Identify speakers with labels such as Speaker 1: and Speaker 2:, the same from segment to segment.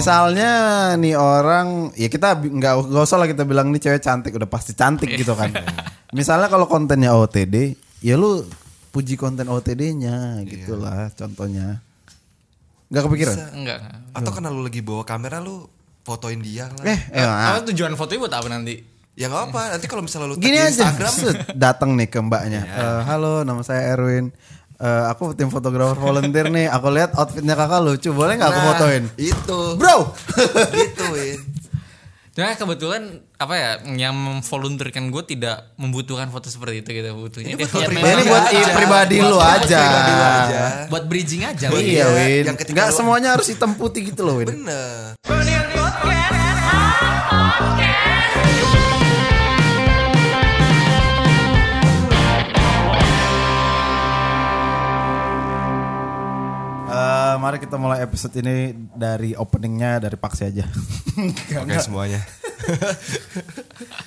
Speaker 1: Misalnya nih orang, ya kita bi- nggak nggak usah lah kita bilang nih cewek cantik udah pasti cantik gitu kan.
Speaker 2: Iya.
Speaker 1: Misalnya kalau kontennya OTD, ya lu puji konten OTD-nya
Speaker 2: Iya.
Speaker 1: gitulah contohnya. Nggak kepikiran?
Speaker 3: Enggak.
Speaker 2: Atau karena lu lagi bawa kamera lu fotoin dia lah.
Speaker 1: Eh, eh, ah.
Speaker 3: Apa tujuan fotonya buat apa nanti?
Speaker 2: Ya gak apa, nanti kalau misalnya lu tag
Speaker 1: gini
Speaker 2: di
Speaker 1: aja
Speaker 2: Instagram Iya.
Speaker 1: set, datang nih ke mbaknya Eh, halo nama saya Erwin Eh, aku tim fotografer volunteer nih aku lihat outfitnya kakak lucu boleh nggak aku
Speaker 2: nah,
Speaker 1: fotoin
Speaker 2: Itu.
Speaker 1: bro
Speaker 2: gitu, Win.
Speaker 3: Nah kebetulan apa ya yang memvolunteerkan gue tidak membutuhkan foto seperti itu gitu
Speaker 2: Ini
Speaker 3: butuhnya.
Speaker 2: buat
Speaker 3: Ya,
Speaker 2: foto
Speaker 3: memang
Speaker 2: pribadi.
Speaker 1: ini buat i-
Speaker 3: aja.
Speaker 1: pribadi
Speaker 3: Buat-
Speaker 1: lu aja
Speaker 2: Pribadi lu aja.
Speaker 3: Buat bridging aja.
Speaker 2: Buat-
Speaker 3: Win.
Speaker 1: iya
Speaker 2: Iya,
Speaker 1: Win
Speaker 2: yang ketika
Speaker 1: nggak
Speaker 2: lu-
Speaker 1: semuanya harus hitam putih gitu loh Win
Speaker 2: Bener.
Speaker 1: Eh, mari kita mulai episode ini dari openingnya dari Paksi aja
Speaker 2: Oke semuanya.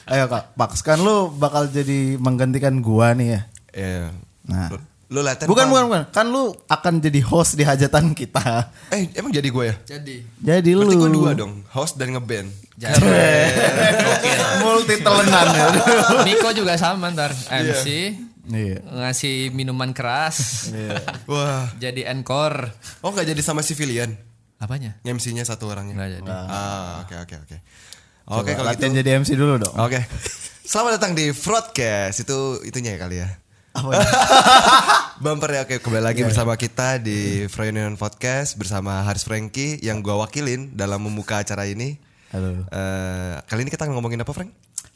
Speaker 1: ayo kak Paks kan lu bakal jadi menggantikan gua nih ya
Speaker 2: Ya.
Speaker 1: Nah.
Speaker 2: Lu latihan.
Speaker 1: bukan
Speaker 2: Pak.
Speaker 1: bukan bukan kan lu akan jadi host di hajatan kita
Speaker 2: Eh, emang jadi gue ya?
Speaker 3: Jadi.
Speaker 1: jadi lu
Speaker 2: Berarti gue dua dong, host dan ngeband.
Speaker 1: Iya. multi telenan ya
Speaker 4: Niko juga sama ntar MC
Speaker 1: iya
Speaker 4: ngasih minuman keras
Speaker 2: Wah.
Speaker 4: jadi encore
Speaker 2: Oh nggak jadi sama civilian?
Speaker 4: apanya
Speaker 2: MC-nya satu orangnya.
Speaker 4: Nggak jadi.
Speaker 2: Ah, oke oke oke.
Speaker 1: Oke,
Speaker 2: Oke kalau gitu.
Speaker 1: latihan jadi MC dulu dong.
Speaker 2: Oke. Selamat datang di Broadcast. Itu itunya ya kali ya.
Speaker 1: Apa
Speaker 2: Bumper ya, oke kembali
Speaker 1: Iya.
Speaker 2: lagi bersama kita di Froyonion Podcast bersama Haris Franky yang gua wakilin dalam membuka acara ini.
Speaker 1: Halo.
Speaker 2: Eh, kali ini kita ngomongin apa, Frank?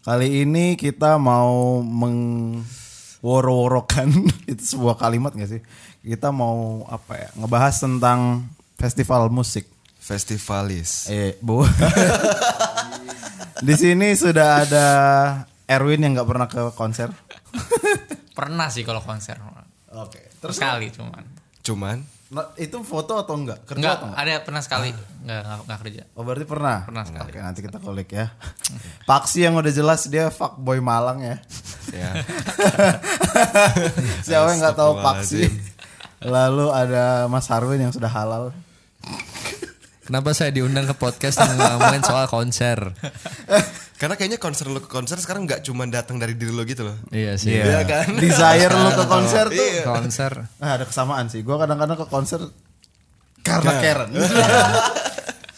Speaker 1: Kali ini kita mau mengworo-worokan itu sebuah kalimat gak sih? Kita mau apa ya? Ngebahas tentang festival musik.
Speaker 2: Festivalis.
Speaker 1: Eh, Bu. Di sini sudah ada Erwin yang nggak pernah ke konser.
Speaker 4: pernah sih kalau konser
Speaker 1: Oke.
Speaker 4: terus sekali cuman
Speaker 2: Cuman
Speaker 1: Nah, itu foto atau enggak? Kerja
Speaker 4: nggak
Speaker 1: atau enggak?
Speaker 4: ada pernah sekali
Speaker 3: Ah.
Speaker 4: nggak nggak, nggak kerja
Speaker 1: Oh berarti pernah?
Speaker 4: Pernah sekali.
Speaker 1: Oke nanti kita kolek ya Paksi yang udah jelas dia fuckboy Malang ya
Speaker 2: ya.
Speaker 1: Siapa yang nggak tahu Paksi?
Speaker 2: Astagfirullahaladzim.
Speaker 1: Lalu ada Mas Harwin yang sudah halal.
Speaker 4: kenapa saya diundang ke podcast yang ngomongin soal konser
Speaker 2: Karena kayaknya konser lu ke konser sekarang nggak cuman datang dari diri lu gitu loh.
Speaker 4: iya
Speaker 1: Iya kan? Iya. Desire lu ke konser tuh.
Speaker 2: Iya.
Speaker 4: konser
Speaker 1: Nah, ada kesamaan sih. Gua kadang-kadang ke konser karena Iya Karen.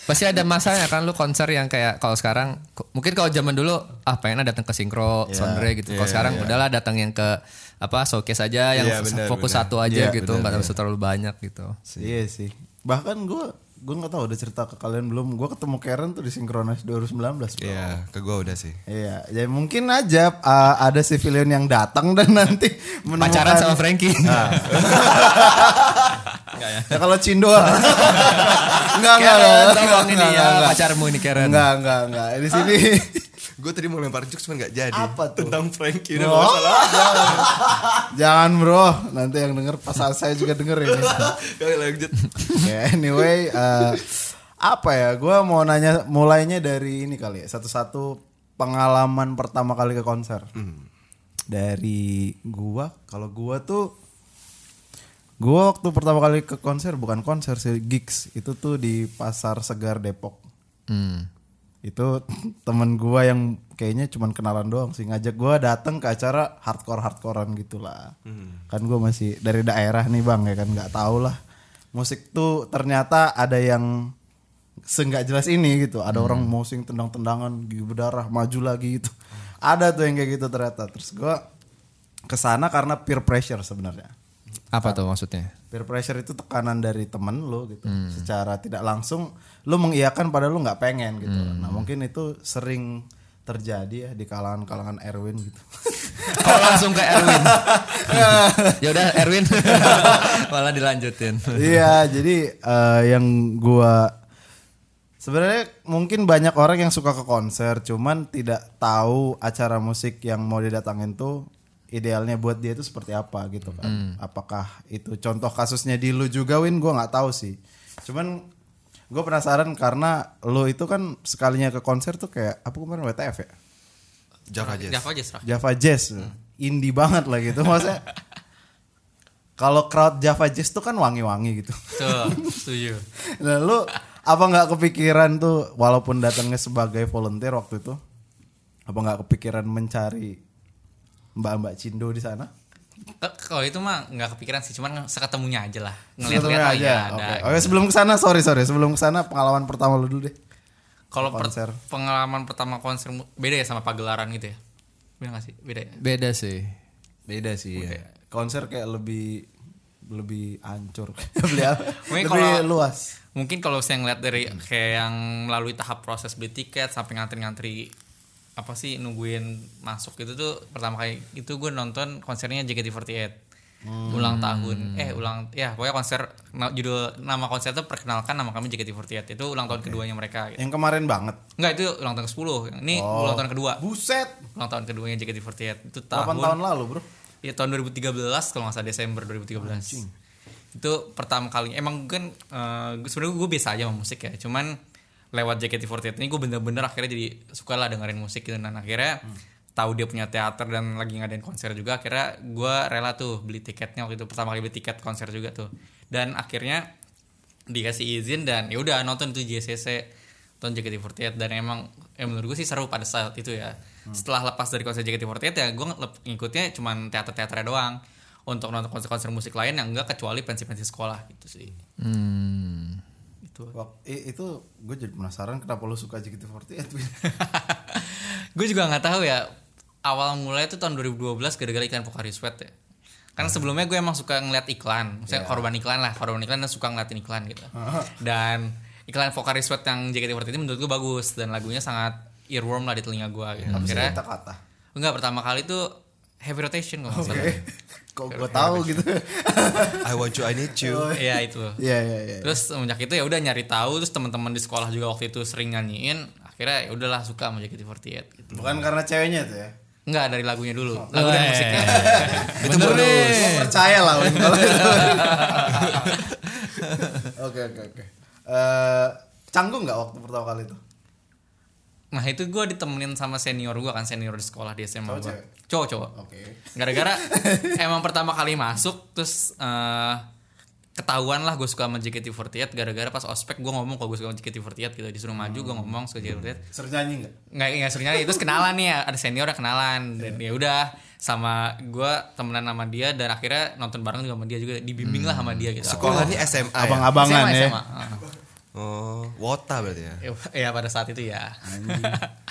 Speaker 4: pasti ada masanya kan lu konser yang kayak kalau sekarang ku- mungkin kalau zaman dulu ah pengen datang ke sinkro
Speaker 2: Iya.
Speaker 4: soundtrack gitu kalau sekarang udahlah datang yang ke apa showcase aja yang
Speaker 2: Iya, benar,
Speaker 4: fokus
Speaker 2: benar.
Speaker 4: satu aja gitu nggak usah terlalu banyak gitu
Speaker 1: iya sih. Bahkan gua gua nggak tahu udah cerita ke kalian belum. Gua ketemu Karen tuh di Synchronize 2019. Bro.
Speaker 2: Iya, ke gua udah sih.
Speaker 1: Iya, ya mungkin aja uh, ada civilian yang datang dan nanti
Speaker 2: Nah,
Speaker 1: menemukan
Speaker 4: pacaran
Speaker 2: kan.
Speaker 4: sama Frankie
Speaker 1: Ya kalau Cin doang. enggak, enggak,
Speaker 4: Karen,
Speaker 1: enggak.
Speaker 4: tolong ini
Speaker 1: Enggak,
Speaker 4: ya
Speaker 1: enggak.
Speaker 4: pacarmu ini Karen.
Speaker 1: Enggak, enggak, enggak. Di sini
Speaker 2: Gue tadi mau lempar jokes cuman nggak jadi.
Speaker 1: Apa tuh? Oh.
Speaker 2: Tentang Franky
Speaker 1: Bro, jangan. jangan bro, nanti yang denger pasal saya juga denger ini.
Speaker 2: Kali lanjut.
Speaker 1: Ya, anyway, eh, apa ya? Gue mau nanya mulainya dari ini kali ya, satu-satu pengalaman pertama kali ke konser. Dari gua, kalau gua tuh gua waktu pertama kali ke konser bukan konser sih, gigs. Itu tuh di Pasar Segar Depok.
Speaker 4: Hmm.
Speaker 1: Itu temen gua yang kayaknya cuman kenalan doang sih ngajak gua datang ke acara hardcore-hardcorean gitulah. Kan gua masih dari daerah nih Bang ya kan nggak tahu lah. Musik tuh ternyata ada yang seenggak jelas ini gitu. Ada orang mousing tendang-tendangan gigi berdarah maju lagi gitu. Ada tuh yang kayak gitu ternyata. Terus gua kesana karena peer pressure sebenarnya
Speaker 4: Apa tuh maksudnya?
Speaker 1: peer pressure itu tekanan dari temen lo gitu secara tidak langsung lo mengiyakan padahal lo nggak pengen gitu nah mungkin itu sering terjadi ya di kalangan kalangan Erwin gitu
Speaker 4: Oh langsung ke Erwin. ya udah Erwin. Malah dilanjutin.
Speaker 1: iya jadi eh, yang gua sebenarnya mungkin banyak orang yang suka ke konser cuman tidak tahu acara musik yang mau didatangin tuh idealnya buat dia itu seperti apa gitu kan apakah itu contoh kasusnya di lu juga Win gua nggak tahu sih cuman gue penasaran karena lu itu kan sekalinya ke konser tuh kayak apa kemarin WTF ya
Speaker 2: Jawab aja.
Speaker 3: Java aja serah.
Speaker 1: Java Jazz indie banget lah gitu maksudnya kalau crowd Java Jazz tuh kan wangi-wangi gitu
Speaker 3: Tuh, setuju.
Speaker 1: Nah, lu apa nggak kepikiran tuh walaupun datangnya sebagai volunteer waktu itu apa nggak kepikiran mencari mbak-mbak Cindo di sana?
Speaker 3: K- Eh, Kalau itu mah nggak kepikiran sih, cuman seketemunya aja lah.
Speaker 1: Sebelumnya
Speaker 3: Ngeliat-ngeliat aja.
Speaker 1: aja.
Speaker 3: ada.
Speaker 1: Oke. Oke, sebelum kesana sorry sorry sebelum kesana pengalaman pertama lu dulu deh.
Speaker 3: Kalau per-
Speaker 1: Konser.
Speaker 3: pengalaman pertama konser mu- beda ya sama pagelaran gitu ya? Beda nggak sih? Beda ya?
Speaker 4: Beda sih.
Speaker 1: Beda sih ya. Konser kayak lebih lebih ancur. Beli apa?
Speaker 3: Mungkin
Speaker 1: lebih
Speaker 3: kalau-
Speaker 1: luas.
Speaker 3: Mungkin kalau saya ngeliat dari kayak yang melalui tahap proses beli tiket sampai ngantri-ngantri apa sih nungguin masuk itu tuh pertama kali itu gue nonton konsernya JKT48 ulang tahun eh ulang ya pokoknya konser na- judul nama konser tuh perkenalkan nama kami JKT48 itu ulang tahun keduanya mereka gitu.
Speaker 1: Yang kemarin banget.
Speaker 3: Enggak itu ulang tahun ke-10 ini ulang tahun kedua
Speaker 1: Buset.
Speaker 3: ulang tahun keduanya JKT48 itu
Speaker 1: 8
Speaker 3: tahun
Speaker 1: tahun lalu, Bro.
Speaker 3: Ya tahun 2013 kalau nggak salah Desember 2013. Itu pertama kali. Emang kan eh, gue- sebenarnya gue biasa aja sama musik ya. Cuman lewat JKT48 ini gue bener-bener akhirnya jadi suka lah dengerin musik gitu dan akhirnya tahu dia punya teater dan lagi ngadain konser juga akhirnya gue rela tuh beli tiketnya waktu itu pertama kali beli tiket konser juga tuh dan akhirnya dikasih izin dan ya udah nonton tuh JCC nonton JKT48 dan emang ya menurut gue sih seru pada saat itu ya setelah lepas dari konser JKT48 ya gue ngelep- ngikutnya cuman teater-teaternya doang untuk nonton konser-konser musik lain yang enggak kecuali pensi-pensi sekolah gitu sih
Speaker 4: Hmm.
Speaker 3: itu
Speaker 1: Wak- i- itu gue jadi penasaran kenapa lu suka JKT48 Win.
Speaker 3: gue juga nggak tahu ya awal mulai itu tahun 2012 gara-gara iklan Pocari Sweat ya karena sebelumnya gue emang suka ngeliat iklan misalnya korban iklan lah korban iklan dan suka ngeliatin iklan gitu dan iklan Pocari Sweat yang JKT48 ini menurut gue bagus dan lagunya sangat earworm lah di telinga gue gitu. akhirnya
Speaker 1: Kata kata.
Speaker 3: enggak pertama kali tuh heavy rotation kalau nggak salah
Speaker 1: Kok gue tahu gitu.
Speaker 2: I want you, I need you.
Speaker 3: iya itu
Speaker 1: Iya iya iya.
Speaker 3: terus semenjak itu ya udah nyari tahu terus teman-teman di sekolah juga waktu itu sering nyanyiin akhirnya ya udahlah suka sama JKT48 gitu
Speaker 1: Bukan karena ceweknya tuh ya.
Speaker 3: enggak dari lagunya dulu lagu dan
Speaker 4: Weh.
Speaker 3: musiknya
Speaker 4: Bener nih.
Speaker 1: Gue percaya lah Win, kalau itu. Oke oke oke. Eh, Canggung nggak waktu pertama kali itu?
Speaker 3: Nah itu gue ditemenin sama senior gue kan senior di sekolah di SMA
Speaker 1: Cowok
Speaker 3: gue.
Speaker 1: cewek? Oh.
Speaker 3: Cowok cowok.
Speaker 1: Oke.
Speaker 3: Gara-gara emang pertama kali masuk terus eh, ketahuan lah gue suka sama JKT48 gara-gara pas ospek gue ngomong kalau gue suka sama JKT48 gitu disuruh maju
Speaker 1: Hmm.
Speaker 3: gue ngomong suka JKT48
Speaker 1: Seru nyanyi nggak?
Speaker 3: nggak nggak suruh nyari terus kenalan nih ada senior yang kenalan dan
Speaker 1: Iya.
Speaker 3: ya udah sama gue temenan sama dia dan akhirnya nonton bareng juga sama dia juga dibimbing lah sama dia gitu
Speaker 2: Sekolah ini SMA ya?
Speaker 1: Abang-abangan
Speaker 3: SMA,
Speaker 1: Hmm. ya.
Speaker 3: SMA.
Speaker 2: Oh, wota berarti ya.
Speaker 3: Eh, ya pada saat itu ya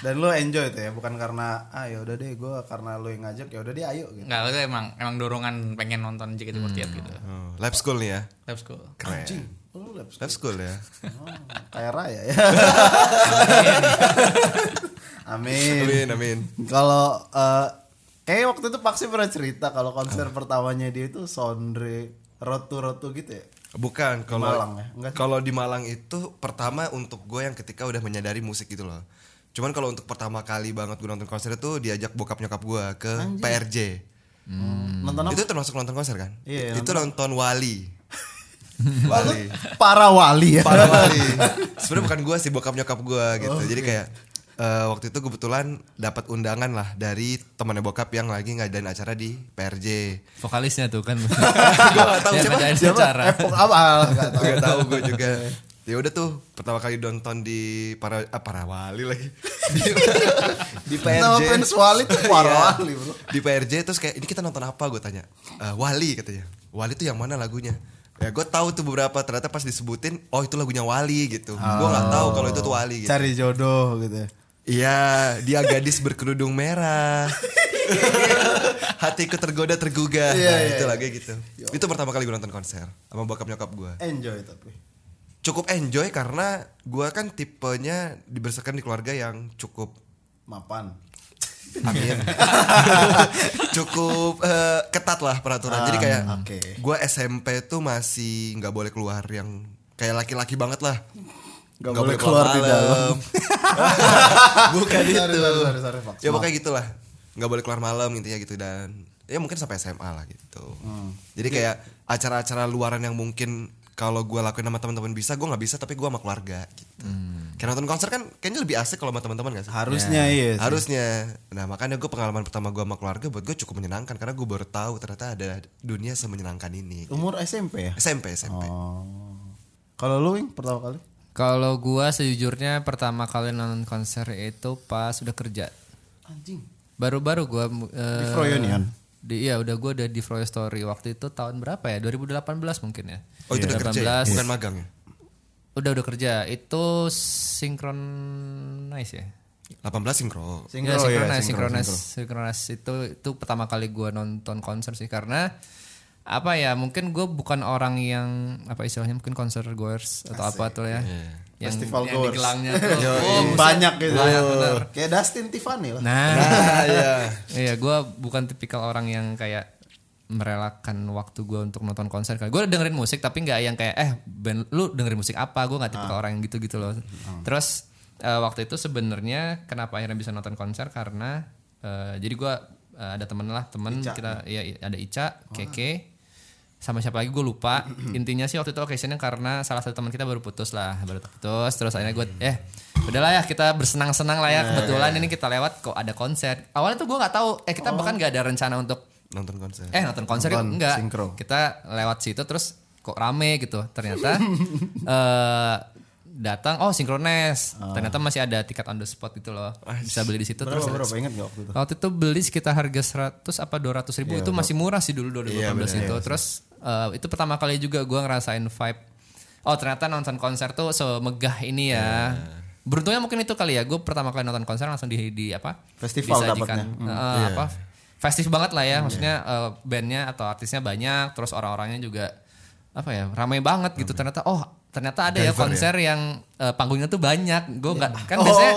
Speaker 1: Dan lu enjoy tuh ya, bukan karena ah ya udah deh gue karena lu yang ngajak ya udah deh ayo gitu.
Speaker 3: nggak itu emang emang dorongan pengen nonton JKT48
Speaker 4: Hmm.
Speaker 3: gitu
Speaker 2: Oh, lab school nih ya.
Speaker 3: Lab school.
Speaker 2: Keren.
Speaker 1: Anjing, lu lab
Speaker 2: Lab school ya.
Speaker 1: Oh, kayak raya ya. Amin.
Speaker 2: Amin, amin.
Speaker 1: Kalau eh kayak waktu itu Paksi pernah cerita kalau konser pertamanya dia itu Sondre Rotu Rotu gitu ya.
Speaker 2: Bukan kalau
Speaker 1: Malang ya? Enggak sih?
Speaker 2: Kalau di Malang itu pertama untuk gue yang ketika udah menyadari musik gitu loh. Cuman kalau untuk pertama kali banget gue nonton konser itu diajak bokap nyokap gue ke PRJ. Hmm.
Speaker 1: Hmm, Nonton apa?
Speaker 2: Itu termasuk nonton konser kan?
Speaker 1: Iya,
Speaker 2: itu nonton Wali.
Speaker 1: Wah, lu Para wali ya.
Speaker 2: Para Wali. Sebenarnya bukan gue sih bokap nyokap gue
Speaker 1: Oh,
Speaker 2: gitu. Jadi
Speaker 1: iya.
Speaker 2: kayak eh, waktu itu kebetulan dapat undangan lah dari temannya bokap yang lagi ngadain acara di PRJ.
Speaker 4: Vokalisnya tuh kan.
Speaker 2: gue gak tahu
Speaker 4: Yang
Speaker 2: siapa.
Speaker 4: ngadain
Speaker 1: Siapa?
Speaker 4: acara.
Speaker 1: Epok apa? Nggak tahu.
Speaker 2: Gak tahu gue juga. Ya udah tuh pertama kali nonton di para ah, para wali lagi. di
Speaker 1: Nama fans wali tuh para
Speaker 2: Iya.
Speaker 1: wali, bro.
Speaker 2: Di PRJ terus kayak ini kita nonton apa gue tanya. "Eh, wali katanya. Wali tuh yang mana lagunya? Ya gue tahu tuh beberapa ternyata pas disebutin oh itu lagunya Wali gitu. Gue nggak tahu kalau itu tuh Wali gitu.
Speaker 1: Cari jodoh gitu. ya.
Speaker 2: Iya, dia gadis berkerudung merah. Hatiku tergoda tergugah. nah,
Speaker 1: Iya, iya,
Speaker 2: itu
Speaker 1: iya.
Speaker 2: lagi gitu. Itu pertama kali gue nonton konser sama bokap nyokap gue
Speaker 1: Enjoy tapi.
Speaker 2: cukup enjoy karena gua kan tipenya dibesarkan di keluarga yang cukup
Speaker 1: Mapan.
Speaker 2: amin cukup eh, ketat lah peraturan jadi kayak
Speaker 1: Ah, oke.
Speaker 2: gua SMP tuh masih nggak boleh keluar yang kayak laki-laki banget lah
Speaker 1: Nggak boleh keluar di dalam.
Speaker 2: bukan
Speaker 1: Sorry,
Speaker 2: itu
Speaker 1: sorry, sorry, sorry, Fox.
Speaker 2: ya pokoknya gitulah nggak boleh keluar malam intinya gitu dan ya mungkin sampai SMA lah gitu
Speaker 1: Hmm.
Speaker 2: jadi
Speaker 1: Iya.
Speaker 2: kayak acara-acara luaran yang mungkin kalau gua lakuin sama teman-teman bisa gua nggak bisa tapi gua sama keluarga gitu
Speaker 1: Hmm.
Speaker 2: kayak nonton konser kan kayaknya lebih asik kalau sama teman-teman gak sih
Speaker 1: Harusnya
Speaker 2: Ya.
Speaker 1: iya. sih.
Speaker 2: harusnya nah makanya gue pengalaman pertama gue sama keluarga buat gue cukup menyenangkan karena gue baru tahu ternyata ada dunia semenyenangkan ini
Speaker 1: Umur SMP ya?
Speaker 2: SMP SMP
Speaker 1: Oh. Kalau lu Wing pertama kali?
Speaker 4: Kalau gua sejujurnya pertama kali nonton konser itu pas udah kerja.
Speaker 1: Anjing.
Speaker 4: Baru-baru gua eh,
Speaker 1: Di Froyonian?
Speaker 4: Di, iya udah gua udah di Froyo Story waktu itu tahun berapa ya? 2018 mungkin ya.
Speaker 2: Oh
Speaker 1: iya.
Speaker 2: itu udah kerja ya?
Speaker 4: 2018.
Speaker 2: bukan magang ya?
Speaker 4: Udah udah kerja. Itu synchronize ya.
Speaker 2: 18 sinkro.
Speaker 1: Sinkro ya,
Speaker 4: ya, synchronize,
Speaker 1: sinkro,
Speaker 4: synchronize,
Speaker 1: sinkro.
Speaker 4: synchronize itu itu pertama kali gua nonton konser sih karena apa ya mungkin gue bukan orang yang apa istilahnya mungkin konser goers atau apa tuh ya
Speaker 1: Iya.
Speaker 4: yang,
Speaker 1: Festival
Speaker 4: yang
Speaker 1: goers.
Speaker 4: di gelangnya tuh
Speaker 1: Yo,
Speaker 4: oh,
Speaker 1: iya.
Speaker 4: buset.
Speaker 1: banyak gitu.
Speaker 4: Banyak, bener.
Speaker 1: Kayak Dustin Tiffany lah.
Speaker 4: nah
Speaker 2: Ah iya.
Speaker 4: Iya, gue bukan tipikal orang yang kayak merelakan waktu gue untuk nonton konser. Gue dengerin musik tapi nggak yang kayak eh band lu dengerin musik apa? Gue nggak tipikal orang yang gitu gitu loh. Terus eh, waktu itu sebenarnya kenapa akhirnya bisa nonton konser karena eh, jadi gue eh, ada temen lah temen kita ya ada Ica, Keke, sama siapa lagi gue lupa intinya sih waktu itu occasionnya karena salah satu teman kita baru putus lah baru putus terus akhirnya gue eh udahlah ya kita bersenang-senang
Speaker 1: Iya,
Speaker 4: lah ya kebetulan ini kita lewat kok ada konser awalnya tuh gue nggak tahu eh kita bahkan nggak ada rencana untuk
Speaker 2: Nonton konser.
Speaker 1: Hmm.
Speaker 4: eh nonton konser
Speaker 1: Oh.
Speaker 4: yuk.
Speaker 1: Nonton
Speaker 4: enggak
Speaker 1: sinkro.
Speaker 4: kita lewat situ terus kok rame gitu ternyata eh datang oh sinkrones
Speaker 1: Ah.
Speaker 4: ternyata masih ada tiket on the spot gitu loh bisa beli di situ
Speaker 1: Berapa
Speaker 4: terus
Speaker 1: berapa ingat gak waktu itu?
Speaker 4: Waktu itu beli sekitar harga 100 apa 200 ribu
Speaker 1: Iya,
Speaker 4: itu masih murah sih dulu 2018 itu. Terus eh, itu pertama kali juga gua ngerasain vibe. Oh ternyata nonton konser tuh semegah ini ya.
Speaker 1: Iya.
Speaker 4: Beruntungnya mungkin itu kali ya. Gue pertama kali nonton konser langsung di, di apa?
Speaker 1: Festival
Speaker 4: disajikan.
Speaker 1: dapatnya.
Speaker 4: Eh, Apa? Festif banget lah ya. Maksudnya eh, bandnya atau artisnya banyak. Terus orang-orangnya juga apa ya ramai banget gitu ternyata oh ternyata ada ya konser yang eh, panggungnya tuh banyak gue nggak kan biasanya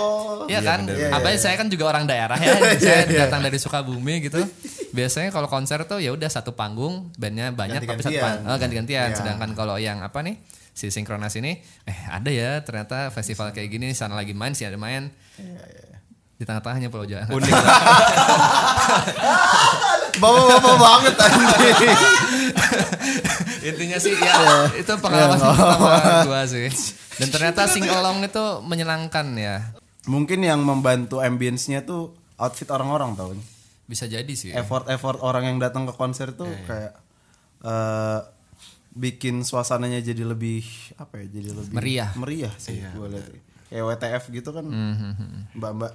Speaker 4: iya kan apalagi saya kan juga orang daerah ya saya datang dari Sukabumi gitu biasanya kalau konser tuh ya udah satu panggung bandnya banyak tapi satu
Speaker 1: Ganti-gantian.
Speaker 4: panggung Oh, ganti-gantian
Speaker 1: Iya.
Speaker 4: sedangkan kalau yang apa nih si sinkronas ini eh ada ya ternyata festival kayak gini sana lagi main sih ada main di tengah-tengahnya Iya, Pulau Jawa
Speaker 2: Unik lah.
Speaker 1: Bapak-bapak banget anjing.
Speaker 4: intinya sih ya itu pengalaman pertama gua sih dan ternyata sing along itu menyenangkan ya
Speaker 1: Mungkin yang membantu ambience-nya tuh outfit orang-orang tau.
Speaker 4: bisa jadi sih
Speaker 1: Iya. Effort-effort orang yang datang ke konser tuh kayak eh, bikin suasananya jadi lebih apa ya? Jadi lebih
Speaker 4: Meriah.
Speaker 1: Meriah Iya, sih gue lihat. Kayak WTF gitu kan. Mbak-mbak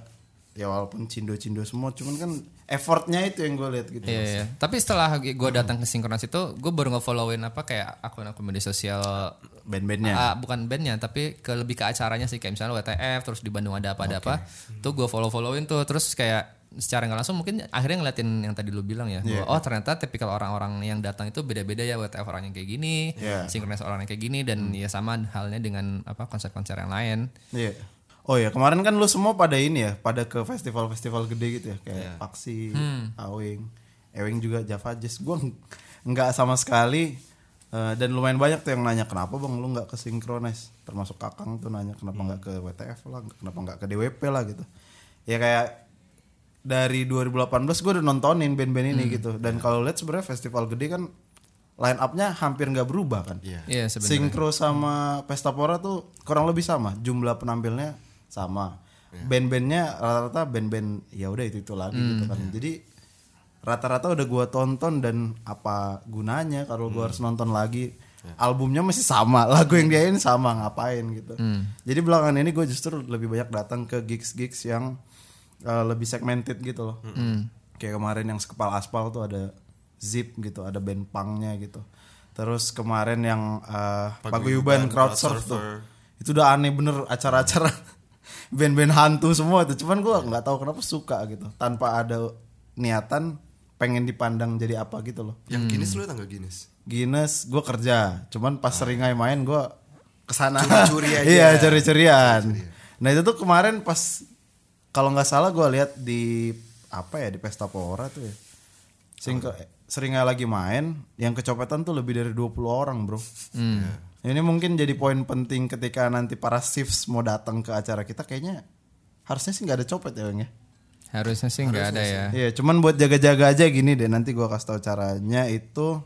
Speaker 1: ya walaupun cindo-cindo semua cuman kan effortnya itu yang gue lihat gitu.
Speaker 4: Iya, iya. Tapi setelah gue datang ke sinkronas itu, gue baru ngefollowin apa kayak akun-akun media sosial,
Speaker 1: Band-bandnya.
Speaker 4: ah, bukan bandnya, tapi ke lebih ke acaranya sih kayak misalnya WTF, terus di Bandung ada apa ada apa, tuh gue follow-followin tuh, terus kayak secara nggak langsung mungkin akhirnya ngeliatin yang tadi lu bilang ya,
Speaker 1: Iya.
Speaker 4: bahwa, oh ternyata tipikal orang-orang yang datang itu beda-beda ya WTF orangnya kayak gini,
Speaker 1: Iya. Hmm.
Speaker 4: sinkronis orangnya kayak gini, dan ya sama halnya dengan apa konser-konser yang lain.
Speaker 1: Iya. Oh ya kemarin kan lu semua pada ini ya, pada ke festival-festival gede gitu ya, kayak Paksi, Awing, Ewing juga Java Jazz. Gua ng- nggak sama sekali eh, dan lumayan banyak tuh yang nanya kenapa bang lu nggak ke sinkronis, termasuk Kakang tuh nanya kenapa nggak ke WTF lah, kenapa nggak ke DWP lah gitu. Ya kayak dari 2018 gue udah nontonin band-band ini gitu dan kalau lihat sebenarnya festival gede kan line up-nya hampir nggak berubah kan.
Speaker 4: Iya sebenarnya.
Speaker 1: Sinkro sama Pesta Pora tuh kurang lebih sama, jumlah penampilnya sama. Band-bandnya rata-rata band-band ya udah itu itu lagi gitu kan. Jadi rata-rata udah gua tonton dan apa gunanya kalau gua harus nonton lagi? Albumnya masih sama, lagu yang diain sama, ngapain gitu. Jadi belakangan ini gue justru lebih banyak datang ke gigs-gigs yang uh, lebih segmented gitu loh. Kayak kemarin yang sekepal aspal tuh ada Zip gitu, ada band punknya gitu. Terus kemarin yang uh, Paguyuban crowd surf tuh. Itu udah aneh bener acara-acara band-band hantu semua tuh. Cuman gua nggak tahu kenapa suka gitu. Tanpa ada niatan pengen dipandang jadi apa gitu loh.
Speaker 2: Yang Guinness lu datang ke Guinness?
Speaker 1: Guinness gua kerja, cuman pas seringai main gua kesana.
Speaker 2: Curi-curi aja. ya.
Speaker 1: iya curi-curian. Nah itu tuh kemarin pas kalau nggak salah gua lihat di apa ya di pesta pora tuh ya. Singko, seringai lagi main, yang kecopetan tuh lebih dari 20 orang bro.
Speaker 2: Iya.
Speaker 1: Ini mungkin jadi poin penting ketika nanti para shifts mau datang ke acara kita kayaknya harusnya sih nggak ada copet ya Bang ya.
Speaker 4: Harusnya sih nggak ada ya.
Speaker 1: Iya, cuman buat jaga-jaga aja gini deh. Nanti gua kasih tau caranya itu.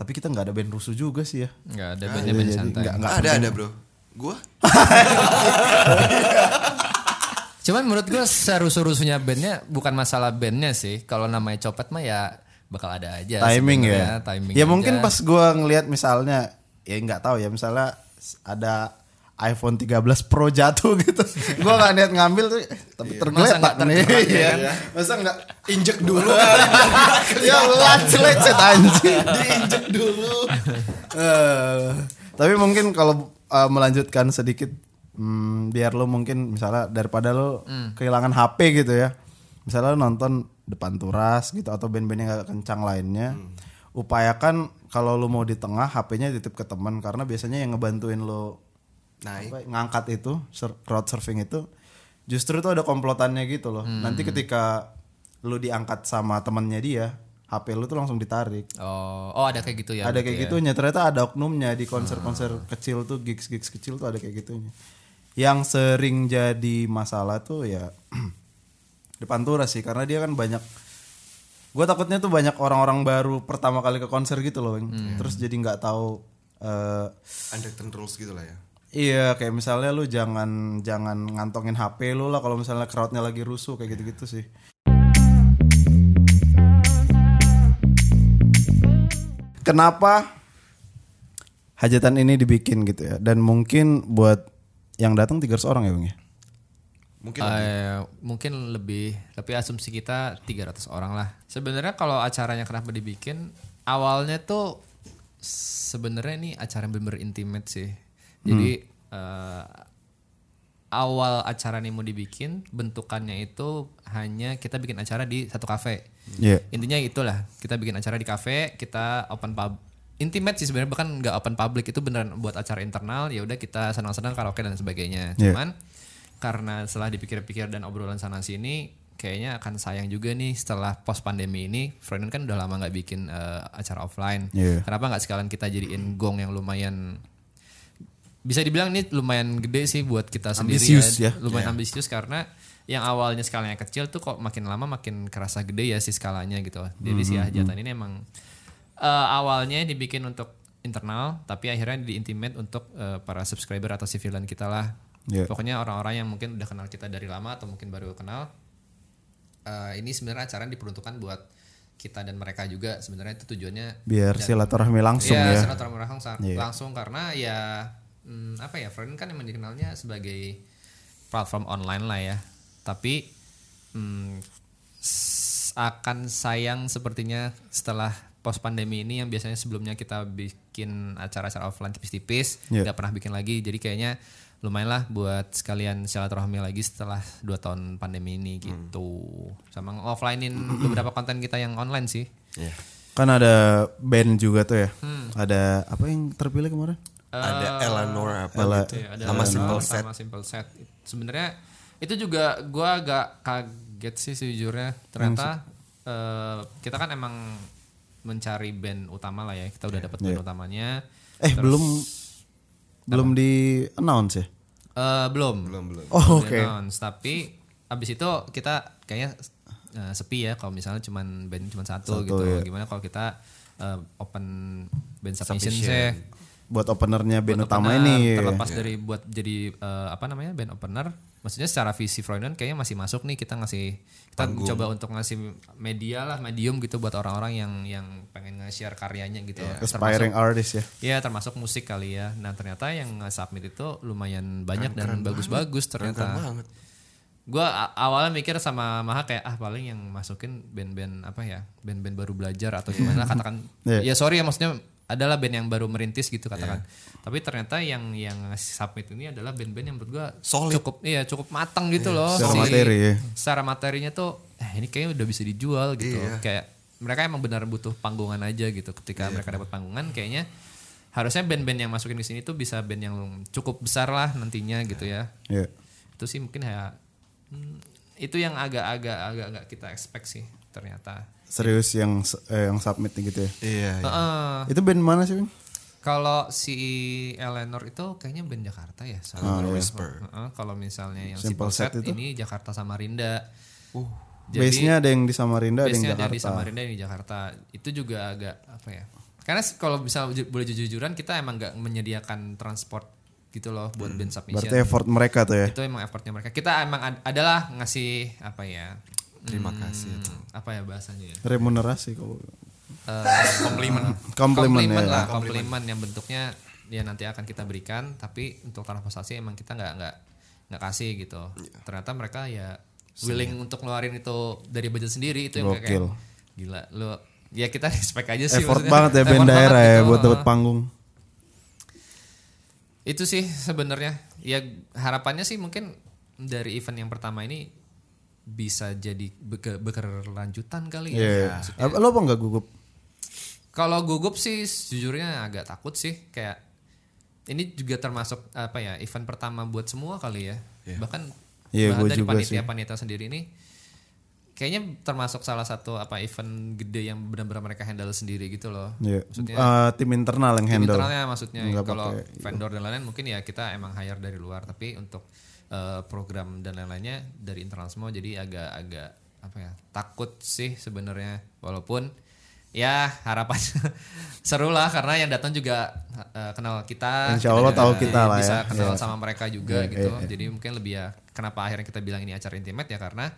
Speaker 1: Tapi kita nggak ada band rusuh juga sih ya.
Speaker 4: Nggak ada bandnya band Iya, santai. Ya,
Speaker 1: Nggak nggak.
Speaker 2: Enggak ada ada bro. Gua?
Speaker 4: Cuman menurut gue seru-serusunya bandnya bukan masalah bandnya sih. Kalau namanya copet mah ya bakal ada aja.
Speaker 1: timing ya.
Speaker 4: sebenarnya, Timing
Speaker 1: ya
Speaker 4: aja.
Speaker 1: mungkin pas gua ngelihat misalnya, ya nggak tahu ya misalnya ada iPhone 13 Pro jatuh gitu. Gua gak niat ngambil tuh, tapi tergeletak
Speaker 4: Iya. nggak
Speaker 1: nih.
Speaker 4: tergerak, ya
Speaker 1: Iya. Masa nggak
Speaker 2: Injek dulu kali.
Speaker 1: ya lecet anjing.
Speaker 2: Diinjek dulu.
Speaker 1: Eh, tapi mungkin kalau eh, melanjutkan sedikit hmm, biar lo mungkin misalnya daripada lo
Speaker 2: Hmm.
Speaker 1: kehilangan HP gitu ya misalnya lo nonton depan turas gitu atau band-band yang gak kencang lainnya
Speaker 2: Hmm.
Speaker 1: upayakan kalau lo mau di tengah HP-nya titip ke teman karena biasanya yang ngebantuin lo
Speaker 2: Naik.
Speaker 1: apa, ngangkat itu sur- crowd surfing itu justru tuh ada komplotannya gitu loh nanti ketika lo diangkat sama temannya dia HP lo tuh langsung ditarik
Speaker 4: Oh, oh ada kayak gitu ya.
Speaker 1: ada kayak gitunya ternyata ada oknumnya di konser-konser kecil tuh gigs-gigs kecil tuh ada kayak gitunya yang sering jadi masalah tuh ya depan turas sih karena dia kan banyak gue takutnya tuh banyak orang-orang baru pertama kali ke konser gitu loh Weng. terus jadi nggak tahu eh,
Speaker 2: Unwritten rules gitu lah ya.
Speaker 1: iya kayak misalnya lu jangan jangan ngantongin HP lu lah kalau misalnya crowdnya lagi rusuh kayak gitu-gitu sih kenapa hajatan ini dibikin gitu ya dan mungkin buat yang datang 300 orang ya bang ya
Speaker 2: Mungkin
Speaker 4: Eh, mungkin lebih, tapi asumsi kita 300 orang lah. Sebenarnya kalau acaranya kenapa dibikin, awalnya tuh sebenarnya ini acara yang bener intimate sih. Jadi eh, awal acara ini mau dibikin, bentukannya itu hanya kita bikin acara di satu kafe.
Speaker 1: Iya.
Speaker 4: Intinya itulah, kita bikin acara di kafe, kita open pub intimate sih sebenarnya bahkan nggak open public itu beneran buat acara internal ya udah kita senang-senang karaoke dan sebagainya
Speaker 1: Iya.
Speaker 4: cuman karena setelah dipikir-pikir dan obrolan sana sini kayaknya akan sayang juga nih setelah post pandemi ini Frontend kan udah lama nggak bikin eh, acara offline
Speaker 1: Iya.
Speaker 4: kenapa nggak sekalian kita jadiin gong yang lumayan bisa dibilang ini lumayan gede sih buat kita sendiri kan?
Speaker 1: Ambisius ya.
Speaker 4: lumayan ambisius karena yang awalnya skalanya kecil tuh kok makin lama makin kerasa gede ya si skalanya gitu jadi
Speaker 1: Mhm,
Speaker 4: si hajatan ini emang eh, awalnya dibikin untuk internal tapi akhirnya di intimate untuk eh, para subscriber atau civilian kita lah
Speaker 1: Iya.
Speaker 4: pokoknya orang-orang yang mungkin udah kenal kita dari lama atau mungkin baru kenal eh, ini sebenarnya acara yang diperuntukkan buat kita dan mereka juga sebenarnya itu tujuannya
Speaker 1: biar silaturahmi langsung ya
Speaker 4: Iya, silaturahmi langsung, sa- langsung karena ya hmm, apa ya, Friend kan emang dikenalnya sebagai platform online lah ya. Tapi hmm, s- akan sayang sepertinya setelah post pandemi ini yang biasanya sebelumnya kita bikin acara-acara offline tipis-tipis,
Speaker 1: Iya.
Speaker 4: nggak pernah bikin lagi. Jadi kayaknya lumayan lah buat sekalian silaturahmi lagi setelah dua tahun pandemi
Speaker 1: Hmm.
Speaker 4: ini gitu. Sama offlinein beberapa konten kita yang online sih.
Speaker 2: Iya.
Speaker 1: kan ada band juga tuh ya
Speaker 4: Hmm.
Speaker 1: ada apa yang terpilih kemarin
Speaker 2: ada
Speaker 1: Eh,
Speaker 2: Eleanor apa gitu.
Speaker 4: Iya, ada
Speaker 2: Nama
Speaker 4: Lenor
Speaker 2: simple set.
Speaker 4: sama simple set. Sebenarnya itu juga gua agak kaget sih sejujurnya. Ternyata eh, kita kan emang mencari band utama lah ya. Kita udah dapat band utamanya.
Speaker 1: eh belum belum di announce ya
Speaker 4: Eh, belum.
Speaker 2: Belum belum.
Speaker 1: oh
Speaker 4: Belum
Speaker 1: oke
Speaker 4: announce. Tapi abis itu kita kayaknya eh, sepi ya kalau misalnya cuman band cuman satu, gitu. Gimana kalau kita eh, open band submission, sih?
Speaker 1: buat openernya band utama
Speaker 4: opener,
Speaker 1: ini ya.
Speaker 4: terlepas
Speaker 2: Iya.
Speaker 4: dari buat jadi eh, apa namanya band opener maksudnya secara visi Freudian kayaknya masih masuk nih kita ngasih kita coba untuk ngasih media lah medium gitu buat orang-orang yang yang pengen nge-share karyanya gitu
Speaker 2: Iya.
Speaker 1: aspiring artist ya
Speaker 4: Ya termasuk musik kali ya. Nah ternyata yang nge-submit itu lumayan banyak dan bagus-bagus ternyata.
Speaker 2: banget.
Speaker 4: Gue awalnya mikir sama Maha kayak ah paling yang masukin band-band apa ya band-band baru belajar atau gimana katakan.
Speaker 1: Iya.
Speaker 4: Ya sorry ya maksudnya adalah band yang baru merintis gitu katakan. Tapi ternyata yang yang submit ini adalah band-band yang menurut gue
Speaker 2: Solid.
Speaker 4: cukup iya cup matang gitu loh.
Speaker 1: secara
Speaker 4: si-
Speaker 1: materi ya.
Speaker 4: Secara materinya tuh eh, ini kayaknya udah bisa dijual gitu.
Speaker 1: Iya.
Speaker 4: Kayak mereka emang benar butuh panggungan aja gitu.
Speaker 1: Iya.
Speaker 4: Ketika mereka dapat panggungan kayaknya harusnya band-band yang masukin ke sini tuh bisa band yang cukup besar lah nantinya gitu ya.
Speaker 1: Iya.
Speaker 4: Itu sih mungkin ya hmm, itu yang agak-agak agak agak kita expect sih ternyata.
Speaker 1: serius yang eh, yang submit gitu ya
Speaker 2: Iya. iya.
Speaker 4: Heeh.
Speaker 1: itu band mana sih Bang?
Speaker 4: Eh, Kalau si Eleanor itu kayaknya band Jakarta ya. soalnya.
Speaker 2: Eleanor Whisper.
Speaker 4: Heeh, kalau misalnya yang
Speaker 1: Ah, iya. Simple
Speaker 4: simple,
Speaker 1: Set
Speaker 4: set,
Speaker 1: itu?
Speaker 4: ini Jakarta Samarinda. Uh,
Speaker 1: base-nya ada yang di Samarinda ada yang
Speaker 4: biasanya ada
Speaker 1: Jakarta
Speaker 4: di Samarinda yang di Jakarta. Itu juga agak apa ya? Karena s- kalau bisa ju- boleh jujur-jujuran kita emang nggak menyediakan transport gitu loh buat band submission.
Speaker 1: Hmm, berarti effort mereka tuh ya
Speaker 4: itu emang effortnya mereka. Kita emang ad- adalah ngasih apa ya?
Speaker 2: Terima kasih.
Speaker 4: hmm, Apa ya bahasanya? ya?
Speaker 1: remunerasi kalau
Speaker 4: Eh,
Speaker 3: komplimen
Speaker 1: Compliment
Speaker 4: komplimen
Speaker 1: ya.
Speaker 4: lah komplimen yang bentuknya ya nanti akan kita berikan tapi untuk tanah prestasi emang kita nggak nggak nggak kasih gitu
Speaker 1: Iya.
Speaker 4: ternyata mereka ya willing untuk ngeluarin itu dari budget sendiri itu yang kayak-
Speaker 1: Gokil.
Speaker 4: kayak gila lu ya kita respect aja sih
Speaker 1: effort
Speaker 4: maksudnya.
Speaker 1: banget ya
Speaker 4: Effort
Speaker 1: band daerah ya
Speaker 4: gitu.
Speaker 1: buat dapat panggung.
Speaker 4: itu sih sebenarnya ya harapannya sih mungkin dari event yang pertama ini bisa jadi beke- berkelanjutan kali ya
Speaker 1: Iya.
Speaker 4: Maksudnya-
Speaker 1: Apa- Lo apa nggak gugup?
Speaker 4: Kalau gugup sih sejujurnya agak takut sih kayak ini juga termasuk apa ya event pertama buat semua kali ya. Bahkan
Speaker 1: Iya,
Speaker 4: bahkan
Speaker 1: gua
Speaker 4: dari
Speaker 1: juga
Speaker 4: panitia panitia sendiri ini kayaknya termasuk salah satu apa event gede yang benar-benar mereka handle sendiri gitu loh.
Speaker 1: Iya. Eh, tim internal yang handle.
Speaker 4: Internalnya maksudnya
Speaker 1: Nggak
Speaker 4: kalau
Speaker 1: pakai, iya.
Speaker 4: vendor dan lain-lain mungkin ya kita emang hire dari luar tapi untuk eh, program dan lain-lainnya dari internal semua jadi agak-agak apa ya takut sih sebenarnya walaupun ya harapannya seru lah karena yang datang juga eh, kenal kita
Speaker 1: Insya Allah
Speaker 4: juga
Speaker 1: tahu kita lah ya.
Speaker 4: bisa
Speaker 1: Iya,
Speaker 4: kenal sama mereka juga gitu jadi mungkin lebih ya kenapa akhirnya kita bilang ini acara intimate ya karena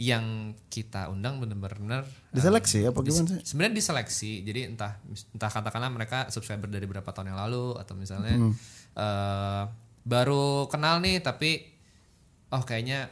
Speaker 4: yang kita undang bener-bener eh,
Speaker 1: Diseleksi apa gimana sih?
Speaker 4: sebenarnya diseleksi jadi entah entah katakanlah mereka subscriber dari berapa tahun yang lalu atau misalnya eh, baru kenal nih tapi oh kayaknya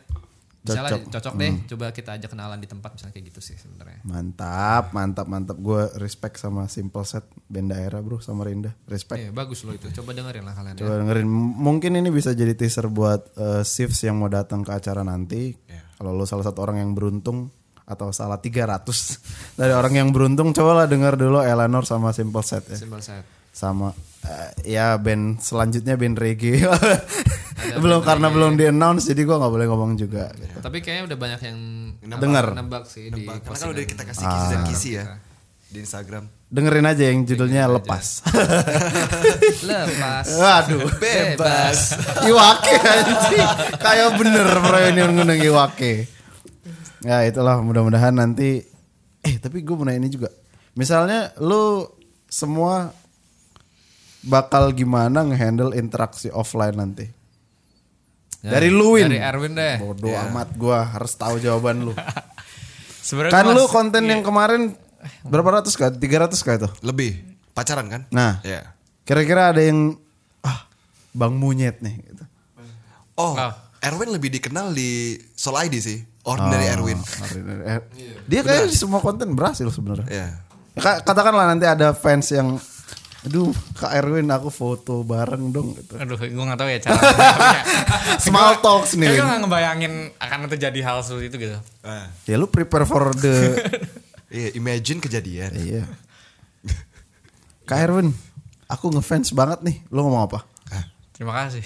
Speaker 4: misalnya
Speaker 1: Cocok. Mm.
Speaker 4: cocok, deh coba kita ajak kenalan di tempat misalnya kayak gitu sih sebenarnya
Speaker 1: Mantap, mantap, mantap. Gue respect sama Simple Set band daerah bro sama Rinda. Respect.
Speaker 4: Eh, bagus loh itu coba dengerin lah kalian ya.
Speaker 1: Coba dengerin. M- Mungkin ini bisa jadi teaser buat eh, Sifs yang mau datang ke acara nanti. Kalau lo salah satu orang yang beruntung atau salah 300 dari orang yang beruntung, cobalah denger dulu Eleanor sama Simple Set ya.
Speaker 4: Simple set
Speaker 1: Sama eh, ya band selanjutnya band reggae. belum karena belum di announce jadi gue nggak boleh ngomong juga. gitu.
Speaker 4: tapi kayaknya udah banyak yang
Speaker 1: Dengar.
Speaker 4: apa, nembak sih
Speaker 1: Iya,
Speaker 4: di
Speaker 2: Karena kan udah kita kasih
Speaker 1: Ah.
Speaker 2: kisi dan kisi ya di Instagram.
Speaker 1: Dengerin aja yang judulnya lepas.
Speaker 4: lepas
Speaker 1: Aduh.
Speaker 4: bebas
Speaker 1: Iwake anjing. Kayak bener reunion ngundang Iwake. Ya itulah mudah-mudahan nanti eh tapi gue mau nanya ini juga. Misalnya lu semua bakal gimana ngehandle interaksi offline nanti? Dari Luin.
Speaker 4: Ya, dari Erwin deh Iya.
Speaker 1: Bodoh amat gua harus tahu jawaban lu.
Speaker 3: Sebenarnya
Speaker 1: kan
Speaker 3: gua
Speaker 1: lu
Speaker 3: mas-
Speaker 1: konten
Speaker 4: iya.
Speaker 1: yang kemarin berapa ratus kah? 300 kah itu?
Speaker 2: Lebih pacaran kan?
Speaker 1: Nah.
Speaker 2: Ya.
Speaker 1: Kira-kira ada yang ah Bang Munyet nih gitu.
Speaker 2: Oh,
Speaker 3: Oh.
Speaker 2: Erwin lebih dikenal di Soul ID sih.
Speaker 1: Ah.
Speaker 2: Ordinary Erwin.
Speaker 1: Ordinary Air. Eh, Dia kayaknya di semua konten berhasil sebenarnya.
Speaker 2: Ya.
Speaker 1: Ka- Katakanlah nanti ada fans yang aduh Kak Erwin aku foto bareng dong gitu.
Speaker 3: aduh gue nggak tahu ya cara ngomongnya.
Speaker 1: Small talks nih.
Speaker 3: Kayak gue
Speaker 1: Win.
Speaker 3: nggak ngebayangin akan terjadi hal seperti itu gitu
Speaker 2: Ah.
Speaker 1: Ya lu prepare for the
Speaker 2: Iya, imagine kejadian.
Speaker 1: Iya. Kak Erwin, aku ngefans banget nih. Lu ngomong apa?
Speaker 2: Ah,
Speaker 3: terima kasih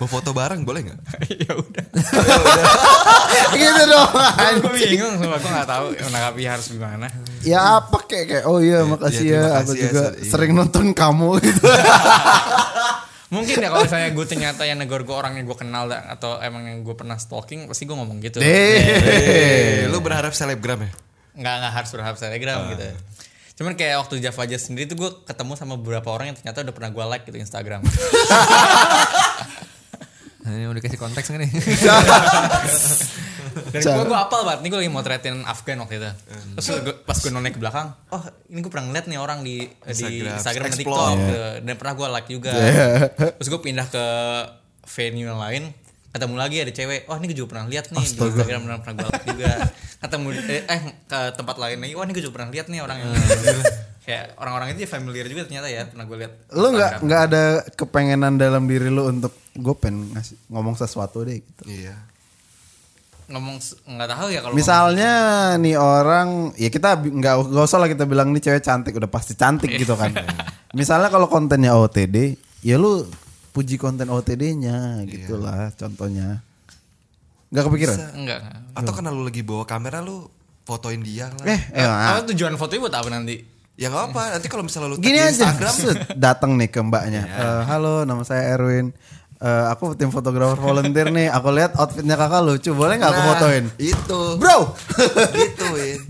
Speaker 2: Mau foto bareng boleh nggak?
Speaker 3: ya udah
Speaker 1: gitu dong. anjing.
Speaker 3: gue bingung sumpah gue nggak tahu menanggapi harus gimana
Speaker 1: Ya apa kayak kayak oh iya makasih
Speaker 2: terima
Speaker 1: ya,
Speaker 2: kasih
Speaker 1: aku
Speaker 2: ya,
Speaker 1: juga
Speaker 2: sorry.
Speaker 1: sering nonton kamu gitu.
Speaker 3: mungkin ya kalau misalnya gue ternyata yang negor gue orang yang gue kenal dah, atau emang yang gue pernah stalking pasti gue ngomong
Speaker 1: Iya,
Speaker 3: gitu
Speaker 1: Deh.
Speaker 2: Eh, lu berharap selebgram ya?
Speaker 3: nggak nggak harus berharap telegram gitu cuman kayak waktu Java aja sendiri tuh gue ketemu sama beberapa orang yang ternyata udah pernah gue like gitu Instagram
Speaker 4: Nah, ini udah kasih konteks nggak nih
Speaker 3: dan gue gue apal banget nih gue lagi motretin Afgan waktu itu terus gua- pas gue noleh ke belakang oh ini gue pernah ngeliat nih orang di eh, di
Speaker 2: Instagram.
Speaker 3: Instagram dan
Speaker 2: Explore.
Speaker 3: TikTok gitu. dan pernah gue like juga terus gue pindah ke venue yang lain ketemu lagi ada cewek oh ini gue juga pernah lihat nih di Instagram pernah pernah gue like juga ketemu di- eh, eh, ke tempat lain lagi wah ini gue juga pernah lihat nih orang yang gitu. kayak orang-orang itu ya familiar juga ternyata ya pernah gue lihat
Speaker 1: lu nggak nggak ada kepengenan dalam diri lu untuk gue pengen ngasih, ngomong sesuatu deh gitu.
Speaker 2: Iya.
Speaker 3: ngomong s- nggak tahu ya kalau
Speaker 1: Misalnya nih orang ya kita bi- nggak nggak usah lah kita bilang nih cewek cantik udah pasti
Speaker 2: Iya.
Speaker 1: cantik gitu kan. Misalnya kalau kontennya OTD, ya lu puji konten OTD-nya gitulah
Speaker 2: Iya.
Speaker 1: contohnya. Nggak kepikiran?
Speaker 3: ngomong- nggak nggak.
Speaker 2: Atau karena lu lagi bawa kamera lu fotoin dia lah.
Speaker 1: Eh, eh, ah.
Speaker 3: apa tujuan foto buat apa nanti
Speaker 2: Ya nggak apa, nanti kalau misalnya lu tag
Speaker 1: gini
Speaker 2: di
Speaker 1: aja
Speaker 2: Instagram Iya.
Speaker 1: set, datang nih ke mbaknya Eh, halo nama saya Erwin Eh, aku tim fotografer volunteer nih aku lihat outfitnya kakak lucu boleh nggak aku
Speaker 2: nah,
Speaker 1: fotoin
Speaker 2: Itu.
Speaker 1: bro
Speaker 2: gitu, Win.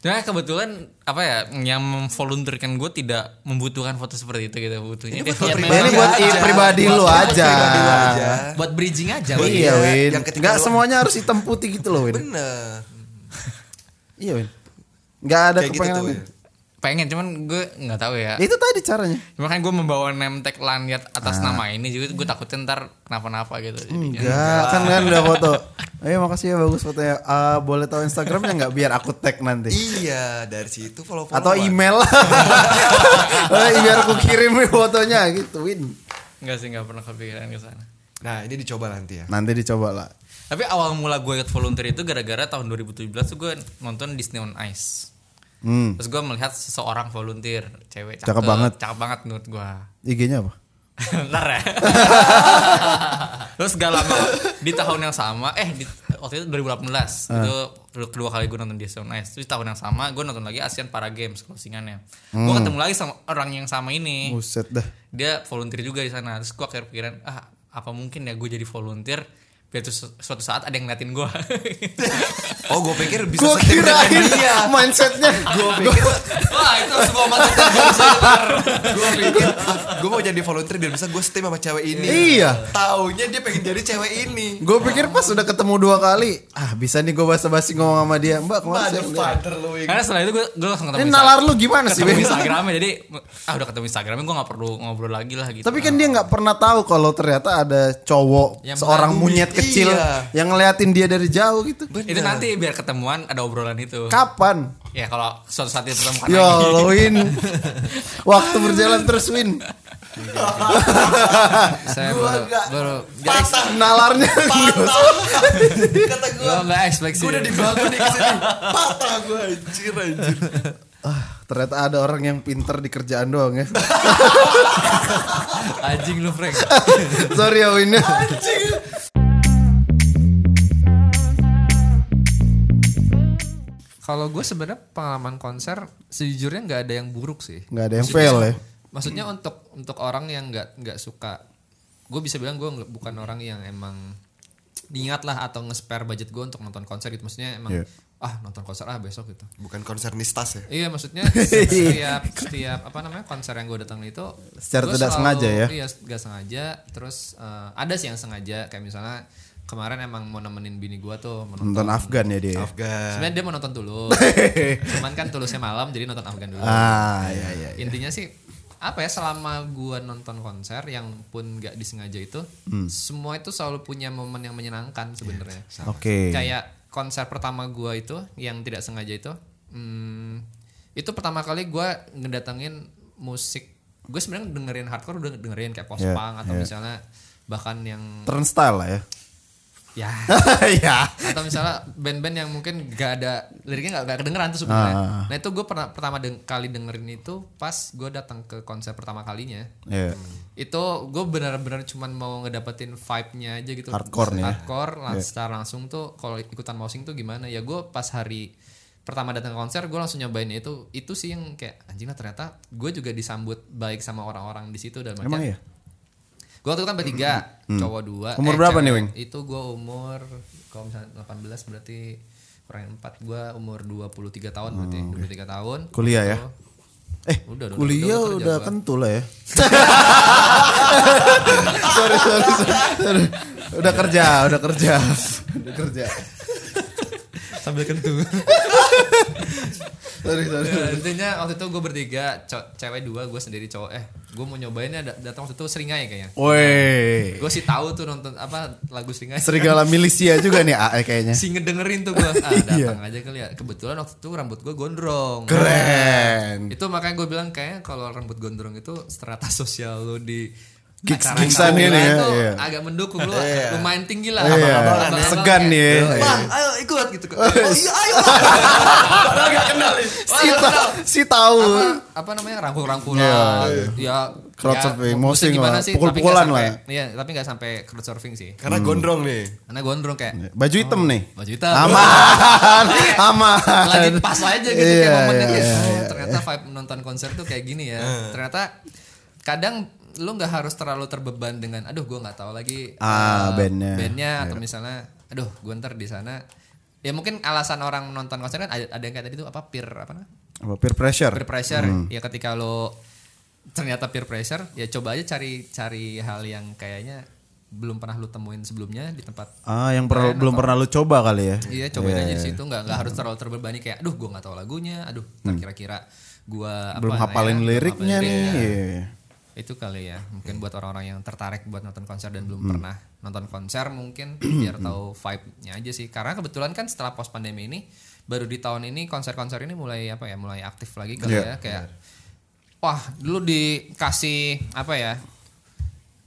Speaker 3: Nah kebetulan apa ya yang memvolunteerkan gue tidak membutuhkan foto seperti itu gitu butuhnya dia
Speaker 2: foto
Speaker 3: ya,
Speaker 2: pribadi.
Speaker 1: ini
Speaker 3: memang-
Speaker 1: buat i-
Speaker 2: aja.
Speaker 1: pribadi lu aja
Speaker 2: Pribadi lu aja.
Speaker 4: buat bridging aja
Speaker 1: iya
Speaker 4: Win.
Speaker 2: Iya,
Speaker 1: Win
Speaker 2: yang ketika
Speaker 1: nggak
Speaker 2: lu-
Speaker 1: semuanya harus hitam putih gitu loh Win
Speaker 2: Bener.
Speaker 1: iya Win nggak ada
Speaker 2: Kayak gitu tuh,
Speaker 1: kepengenan
Speaker 2: Win.
Speaker 3: pengen cuman gue nggak tahu ya
Speaker 1: Itu tadi caranya.
Speaker 3: Cuma kan gue membawa name tag lanyard atas
Speaker 1: Ah.
Speaker 3: nama ini juga gue takutnya ntar kenapa-napa gitu. Jadinya.
Speaker 1: Enggak, kan kan udah foto. Ayo makasih ya bagus fotonya. Ah, boleh tahu Instagramnya nggak biar aku tag nanti.
Speaker 2: Iya, dari situ follow follow.
Speaker 1: Atau email. Eh, biar aku kirim nih fotonya gitu. Win.
Speaker 3: Enggak sih nggak pernah kepikiran ke sana.
Speaker 2: Nah, ini dicoba nanti ya.
Speaker 1: Nanti dicoba lah.
Speaker 3: Tapi awal mula gue ikut volunteer itu gara-gara tahun 2017 tuh gue nonton Disney on Ice.
Speaker 1: Hmm.
Speaker 3: Terus gue melihat seseorang volunteer cewek
Speaker 1: Cakep banget.
Speaker 3: cakep banget menurut gue.
Speaker 1: IG-nya apa?
Speaker 3: Ntar ya. Terus gak lama di tahun yang sama, eh di, waktu itu 2018
Speaker 1: Ah.
Speaker 3: itu kedua- kedua kali gue nonton Disney on Ice. Terus di tahun yang sama gue nonton lagi Asian Para Games closingannya. Gue
Speaker 1: Hmm.
Speaker 3: ketemu lagi sama orang yang sama ini.
Speaker 1: Buset dah.
Speaker 3: dia volunteer juga di sana terus gue akhirnya pikiran ah apa mungkin ya gue jadi volunteer biar tuh su- suatu saat ada yang ngeliatin gue
Speaker 2: Oh, gue pikir bisa
Speaker 1: Gue
Speaker 2: setir dengan
Speaker 1: kirain
Speaker 2: dia.
Speaker 1: mindsetnya. Gue pikir
Speaker 3: wah itu semua mata
Speaker 2: Gue pikir gue mau jadi volunteer biar bisa gue steam sama cewek ini.
Speaker 1: Iya.
Speaker 2: Taunya dia pengen jadi cewek ini.
Speaker 1: Gue pikir pas udah ketemu dua kali, ah bisa nih gue basa-basi ngomong sama dia, mbak kemana sih?
Speaker 2: Motherfucker lu. Wing.
Speaker 3: karena setelah itu gue gue langsung ketemu
Speaker 1: Ini
Speaker 3: Insta-
Speaker 1: nalar lu gimana sih?
Speaker 3: ketemu gitu.
Speaker 1: Beb?
Speaker 3: Instagramnya jadi ah udah ketemu Instagramnya gue nggak perlu ngobrol lagi lah gitu
Speaker 1: Tapi kan dia nggak pernah tahu kalau ternyata ada cowok
Speaker 3: Yang
Speaker 1: seorang
Speaker 2: mengagumi.
Speaker 1: monyet kecil
Speaker 2: Iya.
Speaker 1: yang ngeliatin dia dari jauh gitu.
Speaker 3: itu nanti biar ketemuan ada obrolan itu
Speaker 1: Kapan?
Speaker 3: ya kalau suatu saat ditemukan
Speaker 1: Yo,
Speaker 3: lagi
Speaker 1: lo Win. Waktu berjalan terus Win.
Speaker 4: Saya baru, baru
Speaker 2: Patah.
Speaker 1: Nalarnya.
Speaker 2: Kata gue.
Speaker 4: gue nggak expect sih.
Speaker 2: Gue udah dibangun nih kesini. Patah gue anjir anjir.
Speaker 1: ah, ternyata ada orang yang pinter di kerjaan doang ya.
Speaker 4: Anjing lu Frank.
Speaker 1: Sorry ya Win.
Speaker 4: Kalau gue sebenarnya pengalaman konser sejujurnya nggak ada yang buruk sih.
Speaker 1: Nggak ada yang fail ya.
Speaker 4: Maksudnya untuk untuk orang yang nggak nggak suka, gue bisa bilang gue nggak- bukan orang yang emang niat lah atau nge-spare budget gue untuk nonton konser gitu. Maksudnya
Speaker 1: Iya.
Speaker 4: emang ah nonton konser ah besok gitu.
Speaker 2: Bukan konsernistas ya.
Speaker 4: Iya maksudnya setiap setiap apa namanya konser yang gue datang itu
Speaker 1: Secara
Speaker 4: gua
Speaker 1: tidak
Speaker 4: selalu-
Speaker 1: sengaja ya?
Speaker 4: Iya nggak sengaja. Terus eh, ada sih yang sengaja kayak misalnya kemarin emang mau nemenin bini gue tuh menonton.
Speaker 1: Nonton Afgan ya dia. ya?
Speaker 2: Afgan.
Speaker 4: Sebenarnya dia mau nonton dulu. Cuman kan tulusnya malam jadi nonton Afgan dulu.
Speaker 1: Ah, ya ya.
Speaker 4: Intinya sih apa ya selama gua nonton konser yang pun nggak disengaja itu
Speaker 1: Hmm.
Speaker 4: semua itu selalu punya momen yang menyenangkan sebenarnya.
Speaker 1: Iya, Oke.
Speaker 4: Kayak konser pertama gua itu yang tidak sengaja itu, hmm, itu pertama kali gua ngedatengin musik. Gue sebenarnya dengerin hardcore udah dengerin kayak post punk
Speaker 1: Yeah,
Speaker 4: atau
Speaker 1: yeah.
Speaker 4: misalnya bahkan yang
Speaker 1: Turnstile lah ya.
Speaker 4: ya
Speaker 1: ya.
Speaker 4: atau misalnya band-band yang mungkin gak ada liriknya gak, gak kedengeran tuh sebenarnya.
Speaker 1: Ah.
Speaker 4: Nah itu gue pernah pertama deng- kali dengerin itu pas gue datang ke konser pertama kalinya.
Speaker 1: Ya.
Speaker 4: Itu gue benar-benar cuman mau ngedapetin vibe-nya aja gitu.
Speaker 1: Hardcore nih ya.
Speaker 4: Hardcore lah secara langsung tuh kalau ikutan mousing tuh gimana? Ya gue pas hari pertama datang ke konser gue langsung nyobain itu itu sih yang kayak anjing lah ternyata gue juga disambut baik sama orang-orang di situ dan
Speaker 1: Emang iya?
Speaker 4: Gue waktu itu kan bertiga, cowok dua.
Speaker 1: Mm.
Speaker 4: Eh,
Speaker 1: Umur berapa nih,
Speaker 4: cewek.
Speaker 1: Wing?
Speaker 4: Itu gue umur kalau misalnya 18 berarti kurang 4 gue umur 23 tahun berarti. 23 tahun.
Speaker 1: Oh, Kuliah ya? Eh,
Speaker 4: Udah, udah,
Speaker 1: kuliah
Speaker 4: udah,
Speaker 1: udah,
Speaker 4: udah kerja gua.
Speaker 1: kentul lah ya. sorry, sorry, sorry, sorry. Udah kerja, udah kerja. Udah kerja.
Speaker 4: Sambil kentut.
Speaker 1: Sorry, sorry.
Speaker 4: Intinya waktu itu gue bertiga, co- cewek dua, gue sendiri cowok. Eh, gue mau nyobainnya da- datang waktu itu seringai kayaknya.
Speaker 1: Woi.
Speaker 4: Gue sih tahu tuh nonton apa lagu seringai.
Speaker 1: Serigala milisia juga nih AE kayaknya.
Speaker 4: Si ngedengerin tuh gue. Ah,
Speaker 1: Iya.
Speaker 4: datang aja kali ya. Kebetulan waktu itu rambut gue gondrong.
Speaker 1: Keren.
Speaker 4: Itu makanya gue bilang kayak kalau rambut gondrong itu strata sosial lo di
Speaker 1: Gigs-
Speaker 4: acara
Speaker 1: gigsan ini
Speaker 4: gila
Speaker 1: ya,
Speaker 4: itu
Speaker 1: iya.
Speaker 4: agak mendukung lo lumayan tinggi lah.
Speaker 1: Iya,
Speaker 4: abang-abang kayak,
Speaker 1: segan nih. ya.
Speaker 4: Bang, ayo ikut gitu. Oh iya ayo. Bang." ya.
Speaker 1: Si ta si tahu.
Speaker 4: apa, apa namanya rangkul-rangkulan. Ya,
Speaker 1: Iya, Crowd surfing, moshing lah,
Speaker 4: tapi
Speaker 1: pukul-pukulan
Speaker 4: nggak
Speaker 1: lah ya.
Speaker 4: sampai- Iya, tapi nggak sampai crowd surfing sih.
Speaker 2: Karena gondrong nih.
Speaker 4: Karena gondrong kayak
Speaker 1: Baju hitam nih.
Speaker 4: baju hitam.
Speaker 1: Iya. Aman. Aman.
Speaker 4: lagi pas aja gitu
Speaker 1: Iya,
Speaker 4: kayak momennya
Speaker 1: iya,
Speaker 4: kayak,
Speaker 1: iya,
Speaker 4: oh, ternyata vibe nonton konser tuh kayak gini ya ternyata kadang lu nggak harus terlalu terbeban dengan aduh gua nggak tahu lagi
Speaker 1: Ah,
Speaker 4: eh,
Speaker 1: bandnya. Iya.
Speaker 4: bandnya atau misalnya aduh gua ntar di sana ya mungkin alasan orang nonton konser kan ada, ada yang kayak tadi tuh apa peer apa namanya?
Speaker 1: Apa, Peer pressure.
Speaker 4: peer pressure
Speaker 1: Hmm.
Speaker 4: ya ketika lo ternyata peer pressure ya coba aja cari cari hal yang kayaknya belum pernah lu temuin sebelumnya di tempat
Speaker 1: Ah, yang per- belum pernah lu coba kali ya.
Speaker 4: Iya cobain aja di situ nggak nggak harus terlalu terbebani kayak aduh gue nggak tahu lagunya, aduh ntar kira-kira gua
Speaker 1: Hmm.
Speaker 4: apa
Speaker 1: belum
Speaker 4: namanya,
Speaker 1: hafalin
Speaker 4: belum
Speaker 1: liriknya nih.
Speaker 4: hafalin liriknya.
Speaker 1: Iya.
Speaker 4: Itu kali ya,
Speaker 1: Hmm.
Speaker 4: mungkin buat orang-orang yang tertarik buat nonton konser dan belum pernah nonton konser mungkin biar tahu vibe-nya aja sih. Karena kebetulan kan setelah post pandemi ini baru di tahun ini konser-konser ini mulai apa ya, mulai aktif lagi kali
Speaker 1: Iya.
Speaker 4: ya kayak wah, dulu dikasih apa ya?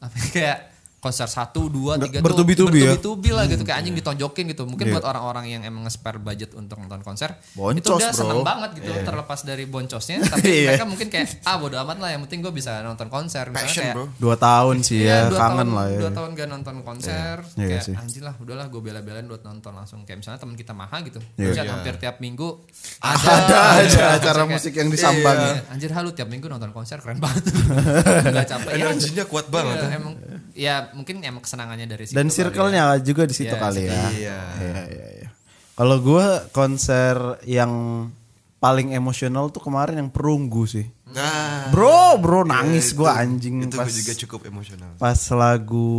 Speaker 4: Apa ya, kayak konser satu dua
Speaker 1: Nggak-
Speaker 4: tiga
Speaker 1: bertubi-tubi ya. Iya.
Speaker 4: bertubi-tubi lah gitu kayak anjing ditonjokin gitu mungkin buat orang-orang yang emang nge-spare budget untuk nonton konser itu
Speaker 1: Boncos,
Speaker 4: udah
Speaker 1: bro. Iya.
Speaker 4: seneng banget gitu terlepas dari boncosnya tapi mereka mungkin kayak ah bodo amat lah yang penting gue bisa nonton konser misalnya
Speaker 2: Passion
Speaker 4: kayak
Speaker 2: bro.
Speaker 1: Dua tahun sih
Speaker 4: Iya,
Speaker 1: ya,
Speaker 4: dua
Speaker 1: kangen
Speaker 4: tahun,
Speaker 1: lah ya.
Speaker 4: Dua tahun gak nonton konser,
Speaker 1: Iya
Speaker 4: kayak
Speaker 1: sih.
Speaker 4: anjir lah, udahlah gue bela-belain buat nonton langsung. Kayak misalnya teman kita Maha gitu,
Speaker 1: Iya.
Speaker 4: Chat hampir tiap minggu gitu.
Speaker 1: Ada, aja acara musik yang ya." disambangi.
Speaker 4: Iya, Anjir halu tiap minggu nonton konser keren banget. Gak capek. Ya,
Speaker 2: Energinya kuat banget.
Speaker 4: iya, emang, ya mungkin emang kesenangannya dari situ.
Speaker 1: Dan
Speaker 4: kali
Speaker 1: circle-nya
Speaker 4: ya.
Speaker 1: juga di situ
Speaker 4: Iya,
Speaker 1: kali ya.
Speaker 2: Iya.
Speaker 1: Iya, iya, iya. Kalau gue konser yang paling emosional tuh kemarin yang perunggu sih.
Speaker 2: Nah,
Speaker 1: Bro, bro nangis
Speaker 2: itu-
Speaker 1: gue anjing
Speaker 2: Itu
Speaker 1: pas
Speaker 2: gue juga cukup emosional.
Speaker 1: pas lagu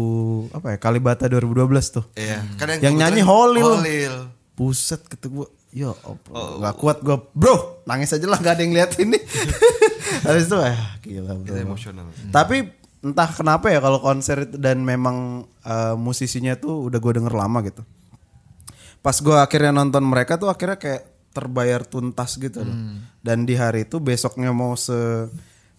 Speaker 1: apa ya Kalibata 2012 tuh.
Speaker 2: Iya, kan
Speaker 1: Yang nyanyi
Speaker 2: kebetulan-
Speaker 1: Holil.
Speaker 2: Holil.
Speaker 1: Buset kata gue, yo
Speaker 2: Oh.
Speaker 1: gak kuat gue, bro nangis aja lah gak ada yang lihat ini. Habis itu eh gila bro.
Speaker 2: Itu emosional.
Speaker 1: Hmm. Tapi entah kenapa ya kalau konser itu dan memang eh, musisinya tuh udah gue denger lama gitu. Pas gue akhirnya nonton mereka tuh akhirnya kayak terbayar tuntas gitu loh.
Speaker 2: Hmm.
Speaker 1: Dan di hari itu besoknya mau se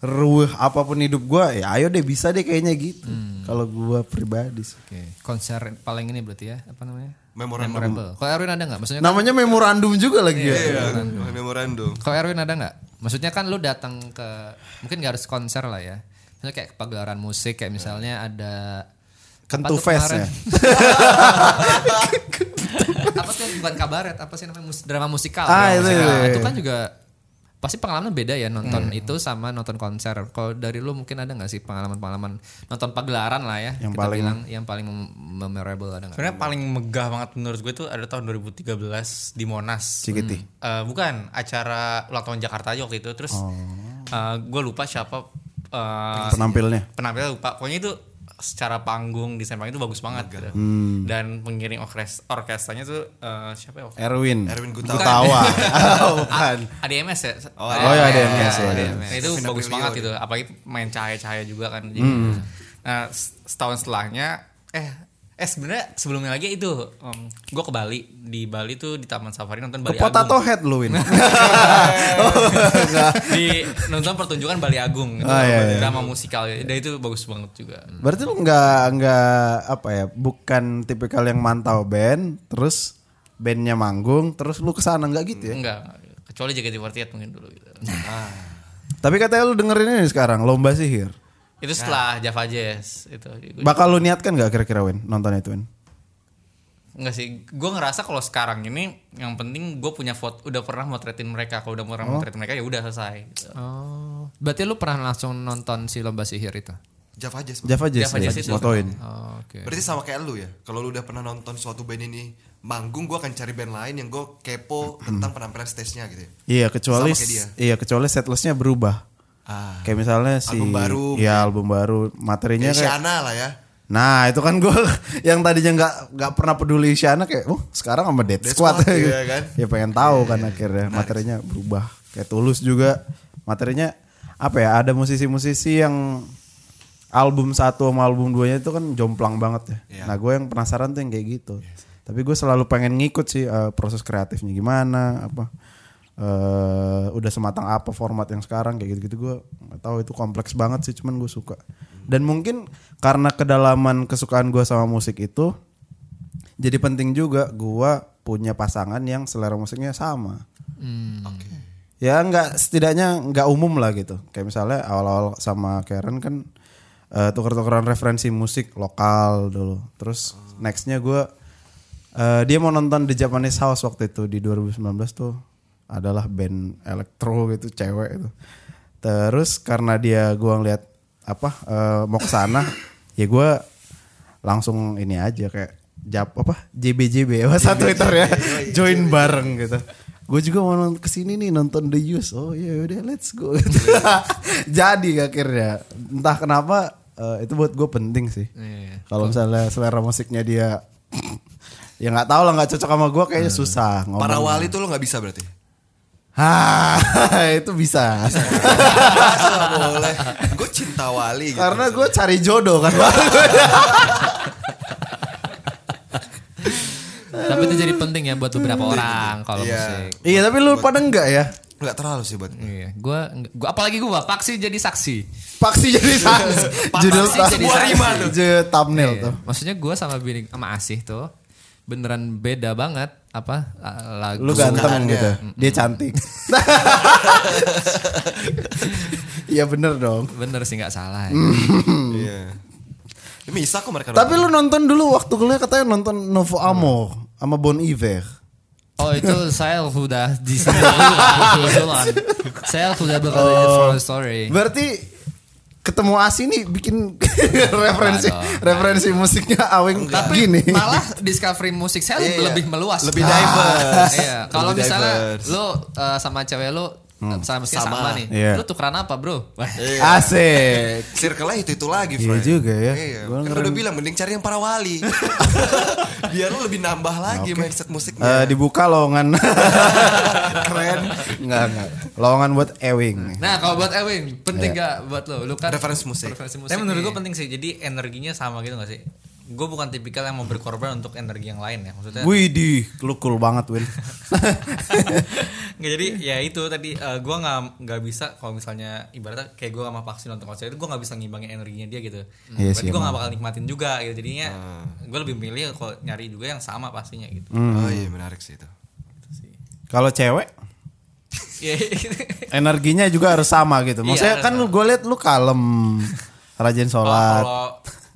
Speaker 1: ruh apapun hidup gue ya ayo deh bisa deh kayaknya gitu
Speaker 2: Hmm.
Speaker 1: kalau gue pribadi sih.
Speaker 4: Oke, konser paling ini berarti ya, apa namanya?
Speaker 2: Memorandum.
Speaker 4: Memorable. Kalau Erwin ada nggak? Maksudnya
Speaker 1: namanya memorandum juga lagi ya
Speaker 2: Ya kan? Iya, memorandum.
Speaker 4: Kalau Erwin ada nggak? Maksudnya kan lu datang ke mungkin nggak harus konser lah ya. Maksudnya kayak pagelaran musik kayak misalnya ada
Speaker 1: kentu
Speaker 4: tuh
Speaker 1: fest
Speaker 4: kemarin?
Speaker 1: ya
Speaker 4: apa tuh bukan kabaret apa sih namanya mus- drama musikal.
Speaker 1: Ah,
Speaker 4: Drama
Speaker 1: itu,
Speaker 4: musikal.
Speaker 1: iya, iya.
Speaker 4: kan juga pasti pengalaman beda ya nonton
Speaker 1: Hmm.
Speaker 4: itu sama nonton konser. Kalau dari lu mungkin ada nggak sih pengalaman-pengalaman nonton pagelaran lah ya?
Speaker 1: Yang
Speaker 4: kita
Speaker 1: paling-
Speaker 4: bilang, yang paling mem- memorable ada nggak?
Speaker 3: Sebenarnya paling megah banget menurut gue tuh ada tahun 2013 di Monas.
Speaker 1: Cikiti.
Speaker 3: Eh, bukan acara ulang tahun Jakarta aja waktu itu. Terus eh, gue lupa siapa eh,
Speaker 1: penampilnya
Speaker 3: penampilnya lupa. Pokoknya itu secara panggung desain panggung itu bagus banget gitu. Dan pengiring orkes orkestranya tuh eh, siapa ya? waktu-
Speaker 1: Erwin
Speaker 2: Erwin Gutawa.
Speaker 1: Gutawa oh, bukan
Speaker 3: ADMS ya?
Speaker 2: Oh,
Speaker 1: oh ya ada yang biasa ya.
Speaker 3: Nah, itu
Speaker 2: Vina
Speaker 3: bagus
Speaker 2: Brilio
Speaker 3: banget
Speaker 2: dia.
Speaker 3: gitu. Apalagi main cahaya-cahaya juga kan. Jadi,
Speaker 1: Hmm.
Speaker 3: nah, s- setahun setelahnya eh eh sebenarnya sebelumnya lagi itu gue ke Bali di Bali tuh di Taman Safari nonton Bali
Speaker 1: Potato
Speaker 3: Agung
Speaker 1: head lu Win
Speaker 3: di nonton pertunjukan Bali Agung itu
Speaker 1: Ah, iya, iya.
Speaker 3: drama musikal dan itu bagus banget juga
Speaker 1: berarti lu nggak nggak apa ya bukan tipikal yang mantau band terus bandnya manggung terus lu kesana nggak gitu
Speaker 2: Hmm.
Speaker 1: ya
Speaker 3: enggak kecuali JKT48 mungkin dulu gitu
Speaker 1: Nah. tapi katanya lu dengerin ini sekarang lomba sihir
Speaker 3: itu setelah Java Jazz itu Gua-
Speaker 1: bakal lu niatkan nggak kira-kira Win nonton itu Win
Speaker 3: Enggak sih, gue ngerasa kalau sekarang ini yang penting gue punya foto udah pernah motretin mereka, kalau udah
Speaker 1: Oh.
Speaker 3: pernah motretin mereka ya udah selesai. Gitu.
Speaker 4: Oh, berarti lu pernah langsung nonton si lomba sihir itu?
Speaker 2: Java Jazz. bro.
Speaker 1: Java Jazz
Speaker 3: Java
Speaker 1: ya,
Speaker 3: Jazz itu.
Speaker 1: motoin
Speaker 4: Oh, Oke.
Speaker 2: Berarti sama kayak lu ya. Kalau lu udah pernah nonton suatu band ini manggung, gue akan cari band lain yang gue kepo tentang penampilan stage-nya gitu ya.
Speaker 1: Iya kecuali
Speaker 2: Sama kayak dia.
Speaker 1: iya kecuali setlistnya berubah.
Speaker 2: Ah.
Speaker 1: Kayak misalnya si
Speaker 2: Album baru.
Speaker 1: Iya album baru materinya
Speaker 2: Kayak
Speaker 1: Iya, kayak.
Speaker 2: Isyana lah ya.
Speaker 1: Nah itu kan gue yang tadinya nggak nggak pernah peduli Isyana kayak, oh sekarang sama Dead,
Speaker 2: Dead
Speaker 1: Squad,
Speaker 2: Squad, iya kan?
Speaker 1: ya pengen tahu kan akhirnya materinya berubah. Kayak Tulus juga materinya apa ya? Ada musisi-musisi yang album satu sama album duanya itu kan jomplang banget ya. Nah gue yang penasaran tuh yang kayak gitu. Tapi gue selalu pengen ngikut sih eh, proses kreatifnya gimana apa. eh udah sematang apa format yang sekarang kayak gitu-gitu gue nggak tahu itu kompleks banget sih cuman gue suka dan mungkin karena kedalaman kesukaan gue sama musik itu jadi penting juga gua punya pasangan yang selera musiknya sama Hmm.
Speaker 2: Oke.
Speaker 1: ya nggak setidaknya nggak umum lah gitu kayak misalnya awal-awal sama Karen kan eh, tuker-tukeran referensi musik lokal dulu terus nextnya gua eh, dia mau nonton The Japanese House waktu itu di 2019 tuh adalah band elektro gitu cewek itu terus karena dia gua ngeliat apa eh, mau ke sana ya gua langsung ini aja kayak jap apa JBJB apa satu Twitter ya join bareng gitu gue juga mau nonton kesini nih nonton The Use oh iya udah let's go gitu. jadi akhirnya entah kenapa eh, itu buat gue penting sih
Speaker 4: Iya.
Speaker 1: kalau misalnya selera musiknya dia ya nggak tahu lah nggak cocok sama gue kayaknya susah ngomong
Speaker 2: Para wali tuh lu nggak bisa berarti.
Speaker 1: Hah, Ah, itu bisa.
Speaker 2: Masa nggak boleh. Gue cinta wali gitu.
Speaker 1: Karena gue cari jodoh kan.
Speaker 4: Tapi itu jadi penting ya buat beberapa orang kalau
Speaker 2: Iya.
Speaker 4: musik.
Speaker 1: iya tapi lu pada enggak ya?
Speaker 2: Nggak terlalu sih buat gue.
Speaker 4: Iya, gua, gua apalagi gua paksi jadi saksi.
Speaker 1: Paksi jadi sans. Judul
Speaker 4: Paksi
Speaker 1: tas-
Speaker 4: jadi Sebuah rima
Speaker 3: tuh.
Speaker 1: Je- thumbnail tuh.
Speaker 4: Iya, Maksudnya gua sama bini sama Asih tuh beneran beda banget apa uh, lagu
Speaker 1: Lu ganteng
Speaker 2: Kesukaannya.
Speaker 1: gitu. Dia cantik. Iya bener dong.
Speaker 4: bener sih nggak salah. ya.
Speaker 2: Iya. Ini bisa kok
Speaker 1: Hmm.
Speaker 2: mereka.
Speaker 1: Tapi lu nonton dulu waktu kuliah katanya nonton Novo Amor sama Bon Iver.
Speaker 4: Oh itu saya sudah di Kebetulan. Saya sudah berkali di
Speaker 2: Oh.
Speaker 4: Follow story.
Speaker 1: Berarti ketemu Asi nih bikin referensi
Speaker 4: dong,
Speaker 1: referensi musiknya Awing
Speaker 4: Tapi
Speaker 1: gini.
Speaker 4: malah discovery musik saya
Speaker 2: Iya, iya.
Speaker 4: lebih meluas.
Speaker 2: Lebih diverse.
Speaker 4: Iya, kalau
Speaker 2: Lebih
Speaker 4: misalnya
Speaker 2: diverse. Hmm.
Speaker 4: lu eh, sama cewek lu eh, sama, sama,
Speaker 2: Sama.
Speaker 4: nih.
Speaker 1: Iya.
Speaker 4: Lu tukeran apa, Bro? Wah,
Speaker 1: Asik.
Speaker 2: Circle-nya itu-itu lagi,
Speaker 1: Iya
Speaker 2: Fred.
Speaker 1: juga ya.
Speaker 2: Iya.
Speaker 1: Gua
Speaker 2: Kan
Speaker 1: ngeren-
Speaker 2: udah bilang, mending cari yang para wali. Biar lu lebih nambah lagi mindset musiknya.
Speaker 4: Iya.
Speaker 1: Eh, dibuka lowongan keren nggak nggak lowongan buat Ewing
Speaker 4: Nah, kalau buat Ewing penting
Speaker 2: Iya.
Speaker 4: nggak buat lo? Lu kan
Speaker 2: Referensi musik.
Speaker 4: Referensi musik. Iya.
Speaker 3: Tapi
Speaker 2: Iya,
Speaker 3: menurut
Speaker 1: ya?
Speaker 4: nih.
Speaker 3: gue penting sih. Jadi energinya sama gitu gak sih? Gue bukan tipikal yang mau berkorban untuk energi yang lain ya. Maksudnya
Speaker 1: Wih di lu cool banget Win
Speaker 3: nggak jadi ya itu tadi eh, gua nggak nggak bisa kalau misalnya ibaratnya kayak gua sama vaksin nonton konser itu gua nggak bisa ngimbangin energinya dia gitu
Speaker 1: Iya
Speaker 3: berarti
Speaker 1: sih, Ah.
Speaker 3: gua nggak bakal nikmatin juga gitu jadinya gua lebih milih kalau nyari juga yang sama pastinya gitu
Speaker 1: Hmm.
Speaker 2: Oh iya menarik sih itu.
Speaker 1: kalau cewek
Speaker 3: ya
Speaker 1: energinya juga harus sama gitu maksudnya
Speaker 3: Iya,
Speaker 1: kan lu gue liat lu kalem rajin sholat
Speaker 3: kalau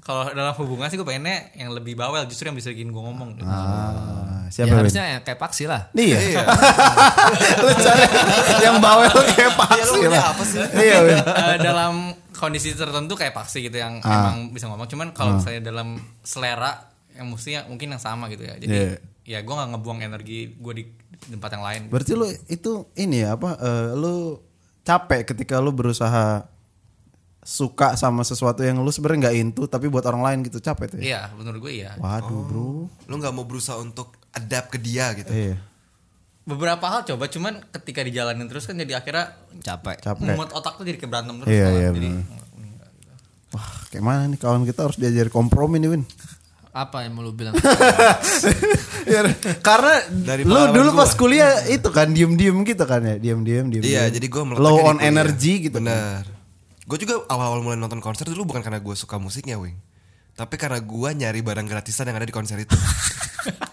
Speaker 3: kalau dalam hubungan sih gue pengennya yang lebih bawel justru yang bisa bikin gua ngomong gitu.
Speaker 1: Ah,
Speaker 4: Ya,
Speaker 1: siapa Win
Speaker 4: harusnya ya, kayak paksi lah.
Speaker 1: Iya. lu cari yang bawel kayak pasti
Speaker 2: punya
Speaker 1: lah.
Speaker 2: apa sih?
Speaker 1: Iya, Win.
Speaker 3: Eh, dalam kondisi tertentu kayak paksi gitu yang
Speaker 1: Ah.
Speaker 3: emang bisa ngomong cuman kalau misalnya dalam selera yang mestinya mungkin yang sama gitu ya jadi
Speaker 1: Iya.
Speaker 3: ya gua nggak ngebuang energi gua di di tempat yang lain
Speaker 1: Berarti lu itu ini ya apa eh, lu capek ketika lu berusaha suka sama sesuatu yang lu sebenarnya nggak into tapi buat orang lain gitu capek tuh. Ya?
Speaker 3: Iya, menurut gue iya.
Speaker 1: Waduh, Bro.
Speaker 2: Lu nggak mau berusaha untuk adapt ke dia gitu.
Speaker 1: Iya,
Speaker 3: Beberapa hal coba, cuman ketika dijalanin terus kan jadi akhirnya
Speaker 4: Capek.
Speaker 1: capek.
Speaker 3: mood otak tuh jadi keberantem terus.
Speaker 1: Iya,
Speaker 3: malah.
Speaker 1: iya,
Speaker 3: jadi,
Speaker 1: benar. Wah, kayak mana nih kawan kita harus diajari kompromi nih, Win.
Speaker 4: Apa yang mau lu bilang?
Speaker 1: Ya, Karena
Speaker 2: Dari
Speaker 1: lu
Speaker 2: pengalaman
Speaker 1: dulu
Speaker 2: gua.
Speaker 1: pas kuliah itu kan diem-diem gitu kan ya, diem-diem diem.
Speaker 2: Iya, jadi gue
Speaker 1: low on energy gitu.
Speaker 2: Bener. Gue juga awal-awal mulai nonton konser dulu bukan karena gue suka musiknya, Wing. Tapi karena gue nyari barang gratisan yang ada di konser itu.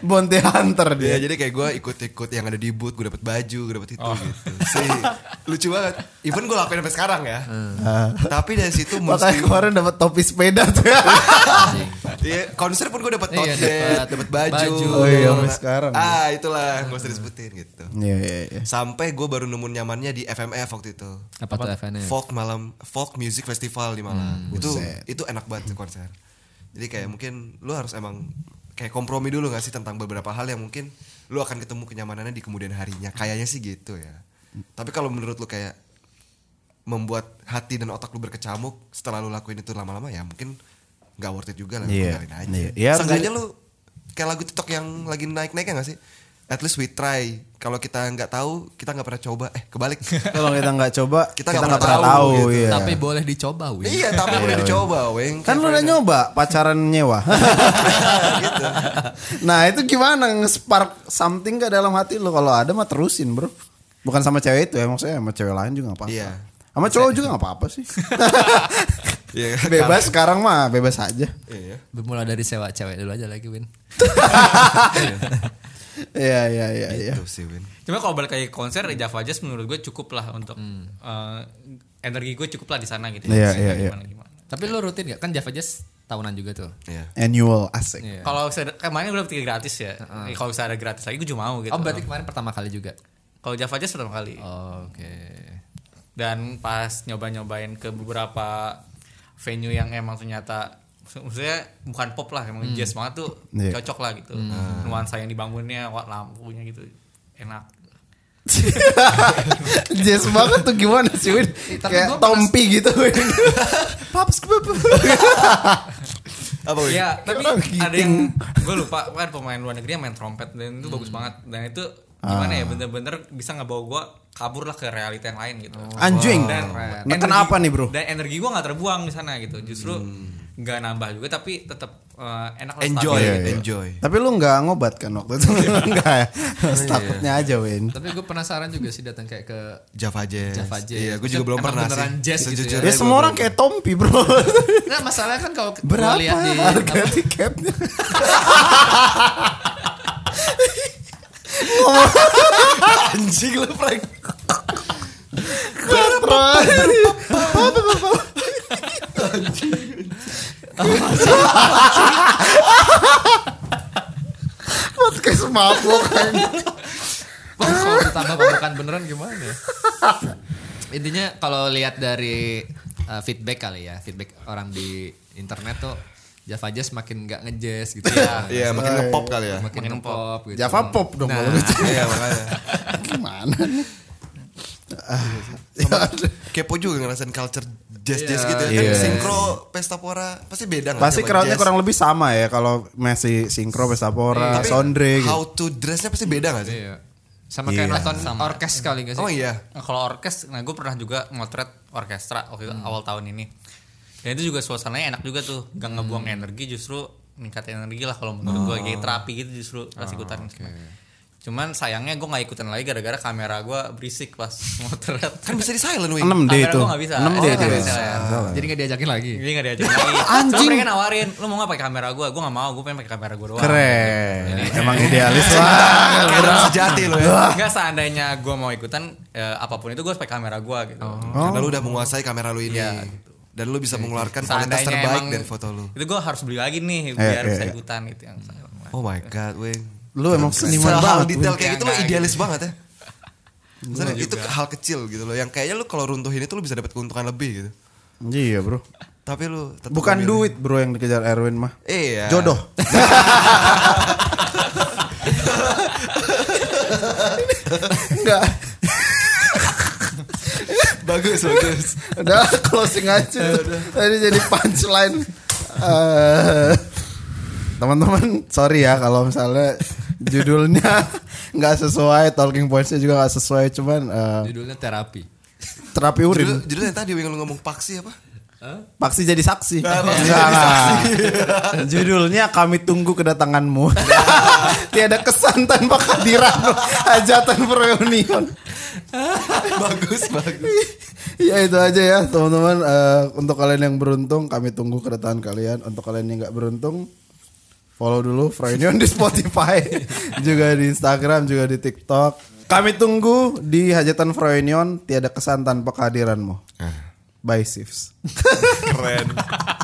Speaker 1: Bounty hunter dia.
Speaker 2: ya, jadi kayak gue ikut-ikut yang ada di booth, gue dapet baju, gue dapet itu gitu. Sih, lucu banget. Even gue lakuin sampai sekarang ya. Tapi dari situ
Speaker 1: Hmm. Makanya
Speaker 2: mesti
Speaker 1: kemarin dapat topi sepeda tuh.
Speaker 2: Iya, konser pun gue dapat
Speaker 4: Iya,
Speaker 2: tote
Speaker 4: dapet
Speaker 2: bag, dapat baju.
Speaker 4: baju.
Speaker 1: Oh iya, sampai sekarang.
Speaker 2: Ah, itulah gak usah disebutin gitu.
Speaker 1: Iya, iya, iya.
Speaker 2: Sampai gue baru nemu nyamannya di FMF waktu itu.
Speaker 4: Apa tuh FN-nya?
Speaker 2: Folk malam, folk music festival di Malang.
Speaker 1: Hmm,
Speaker 2: itu itu enak banget tuh konser. Jadi kayak mungkin lu harus emang kayak kompromi dulu gak sih tentang beberapa hal yang mungkin lu akan ketemu kenyamanannya di kemudian harinya. Kayaknya sih gitu ya. Tapi kalau menurut lu kayak membuat hati dan otak lu berkecamuk setelah lu lakuin itu lama-lama ya mungkin nggak worth it juga lah lu
Speaker 1: Iya.
Speaker 2: tinggalin
Speaker 1: Iya.
Speaker 2: aja.
Speaker 1: Ya,
Speaker 2: Seenggaknya lu kayak lagu TikTok yang lagi naik-naiknya gak sih? At least we try. Kalau kita nggak tahu, kita nggak pernah coba. Eh, kebalik.
Speaker 1: Kalau kita nggak coba, kita
Speaker 2: Kita
Speaker 1: nggak
Speaker 2: nggak
Speaker 1: pernah
Speaker 2: pernah
Speaker 1: tahu.
Speaker 2: tahu, gitu.
Speaker 1: iya.
Speaker 4: Tapi boleh dicoba, Win.
Speaker 2: iya, tapi boleh dicoba, weng.
Speaker 1: Kan lu udah nyoba pacaran nyewa.
Speaker 2: gitu.
Speaker 1: nah itu gimana nge-spark something gak dalam hati lu kalau ada mah terusin bro. Bukan sama cewek itu ya maksudnya sama cewek lain juga gak apa-apa.
Speaker 2: Iya.
Speaker 1: Sama cowok juga gak apa-apa sih.
Speaker 2: Iya.
Speaker 1: bebas sekarang mah bebas aja.
Speaker 2: Iya.
Speaker 4: Bermula dari sewa cewek dulu aja lagi, Win.
Speaker 1: Iya iya iya. iya.
Speaker 2: Itu sih, Win.
Speaker 3: Cuma kalau balik lagi konser Java Jazz menurut gue cukup lah untuk
Speaker 4: Hmm.
Speaker 3: eh, energi gue cukup lah di sana gitu.
Speaker 1: Iya,
Speaker 3: Maksudnya
Speaker 1: iya, iya.
Speaker 3: gimana, gimana.
Speaker 4: Tapi lu rutin gak? Kan Java Jazz tahunan juga tuh.
Speaker 2: Iya.
Speaker 1: Annual asik.
Speaker 4: Iya.
Speaker 3: Kalau bisa ada- kemarin gue dapet tiga gratis ya. Eh, Kalau bisa ada gratis lagi gue juga mau gitu.
Speaker 4: Oh, berarti kemarin pertama kali juga.
Speaker 3: Kalau Java Jazz pertama kali.
Speaker 4: Oh, Oke.
Speaker 3: Dan pas nyoba-nyobain ke beberapa venue yang emang ternyata maksudnya bukan pop lah emang
Speaker 4: Hmm.
Speaker 3: jazz banget tuh
Speaker 1: Iya.
Speaker 3: cocok lah gitu. Nuansa yang dibangunnya, wah lampunya gitu enak.
Speaker 1: Jazz banget tuh gimana sih Win?
Speaker 4: tapi
Speaker 1: Kayak
Speaker 4: gua pernah-
Speaker 1: Tompi gitu Win. Paps
Speaker 2: Apa, Win?
Speaker 3: Iya, tapi
Speaker 1: Orang
Speaker 3: ada
Speaker 1: giting. Hmm.
Speaker 3: yang gue lupa kan pemain luar negeri yang main trompet dan itu bagus banget dan itu gimana
Speaker 1: Ah.
Speaker 3: ya bener-bener bisa ngebawa gue kabur lah ke realita yang lain gitu
Speaker 1: Oh, Anjing.
Speaker 3: dan
Speaker 1: Nah, kenapa nih, Bro? Hmm.
Speaker 3: dan energi gue nggak terbuang di sana gitu justru nggak nambah juga tapi tetap eh, enak lah
Speaker 2: Enjoy,
Speaker 3: stabil.
Speaker 1: Iya, iya.
Speaker 2: enjoy.
Speaker 1: Tapi lu nggak ngobat kan waktu itu? Enggak ya. Takutnya aja, Win.
Speaker 4: Tapi gue penasaran juga sih datang kayak ke
Speaker 2: Java Jazz.
Speaker 4: Java Jazz.
Speaker 2: Iya, gue juga belum
Speaker 4: Emang
Speaker 2: pernah
Speaker 4: beneran
Speaker 2: sih.
Speaker 4: jazz gitu ya.
Speaker 1: Ya
Speaker 2: Sejujurnya gua
Speaker 1: semua orang
Speaker 2: belum-
Speaker 1: kayak Tompi, Bro.
Speaker 4: Nah masalahnya kan kalau gua
Speaker 1: Berapa
Speaker 4: lihat di
Speaker 1: harga
Speaker 4: apa,
Speaker 1: tiketnya?
Speaker 2: anjing lu Frank.
Speaker 1: Podcast mabok kan.
Speaker 4: Wah, kalau ditambah bukan beneran gimana? ya? Intinya kalau lihat dari uh, feedback kali ya, feedback orang di internet tuh Java Jazz makin nggak ngejazz gitu ya.
Speaker 2: Iya, makin ngepop kali ya.
Speaker 4: makin pop gitu.
Speaker 1: Java pop dong kalau gitu.
Speaker 2: Iya, makanya.
Speaker 1: Gimana nih? Ah, ya
Speaker 2: Kepo juga ngerasain culture jazz-jazz gitu ya.
Speaker 1: Iya.
Speaker 2: Kan sinkro pesta pora pasti beda
Speaker 3: Nah,
Speaker 2: nggak
Speaker 1: Pasti
Speaker 2: sama
Speaker 1: crowdnya
Speaker 2: jazz?
Speaker 1: kurang lebih sama ya kalau masih sinkro Pestapora,
Speaker 2: Tapi
Speaker 1: Sondre gitu.
Speaker 2: How to dress-nya pasti beda gak sih?
Speaker 4: Iya. Sama kayak
Speaker 1: Iya.
Speaker 4: nonton orkes kali gak sih?
Speaker 2: Oh iya.
Speaker 3: Nah, kalau orkes, nah gue pernah juga motret orkestra waktu itu
Speaker 4: Hmm.
Speaker 3: awal tahun ini. Dan itu juga suasananya enak juga tuh, gak
Speaker 4: Hmm.
Speaker 3: ngebuang energi justru meningkatkan energi lah kalau menurut gue
Speaker 1: Oh.
Speaker 3: kayak terapi gitu justru pas
Speaker 4: Oh,
Speaker 3: ikutan. Cuman sayangnya gue nggak ikutan lagi gara-gara kamera gue berisik pas motret.
Speaker 2: Kan bisa di silent wing.
Speaker 1: 6D
Speaker 3: Kamera
Speaker 1: itu.
Speaker 3: gua nggak bisa.
Speaker 1: 6D
Speaker 3: Oh,
Speaker 1: itu.
Speaker 3: nggak
Speaker 1: ya.
Speaker 3: bisa ya.
Speaker 1: Salah.
Speaker 4: Jadi gak diajakin lagi.
Speaker 3: Jadi gak diajak lagi. Cuma
Speaker 1: Anjing.
Speaker 3: mereka nawarin, lu mau nggak pakai kamera gue? Gue nggak mau, gue pengen pakai kamera gue doang.
Speaker 1: Keren. Emang idealis banget.
Speaker 4: Ah.
Speaker 2: Orang sejati lo ya.
Speaker 3: Enggak seandainya gue mau ikutan eh, apapun itu gue harus pakai kamera gue gitu.
Speaker 4: Oh.
Speaker 1: Oh.
Speaker 2: Karena lu udah menguasai kamera lu ini.
Speaker 4: Iya.
Speaker 2: Dan lu bisa mengeluarkan kualitas
Speaker 3: Seandainya
Speaker 2: terbaik
Speaker 3: emang-
Speaker 2: dari foto lu.
Speaker 3: Itu gue harus beli lagi nih biar
Speaker 1: iya,
Speaker 3: bisa
Speaker 1: iya.
Speaker 3: ikutan gitu yang saya-
Speaker 2: Oh my god, Win.
Speaker 1: Lu emang seniman
Speaker 2: Hal
Speaker 1: banget.
Speaker 2: detail
Speaker 1: Win.
Speaker 2: kayak gitu lu
Speaker 3: Enggak,
Speaker 2: idealis banget ya. Maksudnya itu hal kecil gitu loh yang kayaknya lu kalau runtuhin itu lu bisa dapat keuntungan lebih gitu.
Speaker 1: Iya, Bro.
Speaker 2: Tapi lu tetap
Speaker 1: Bukan duit,
Speaker 2: memilih-
Speaker 1: Bro, yang dikejar Erwin mah.
Speaker 2: Iya.
Speaker 3: Ya.
Speaker 1: Jodoh. Enggak.
Speaker 2: Bagus bagus.
Speaker 1: Udah closing aja. Tadi jadi punchline. Eh, Teman-teman, sorry ya kalau misalnya judulnya nggak sesuai, talking pointsnya juga nggak sesuai, cuman eh,
Speaker 4: Judulnya terapi.
Speaker 1: terapi urin.
Speaker 2: Judul, judul yang tadi Wing lu ngomong paksi apa?
Speaker 1: Paksi jadi saksi. Enggak lah. Judulnya kami tunggu kedatanganmu. Tiada kesan tanpa kehadiran hajatan reunion.
Speaker 2: bagus bagus.
Speaker 1: ya itu aja ya teman-teman. Eh, untuk kalian yang beruntung kami tunggu kedatangan kalian. Untuk kalian yang nggak beruntung follow dulu Reunion di Spotify, juga di Instagram, juga di TikTok. Kami tunggu di hajatan Reunion tiada kesan tanpa kehadiranmu. Bye Sifs.
Speaker 2: Keren.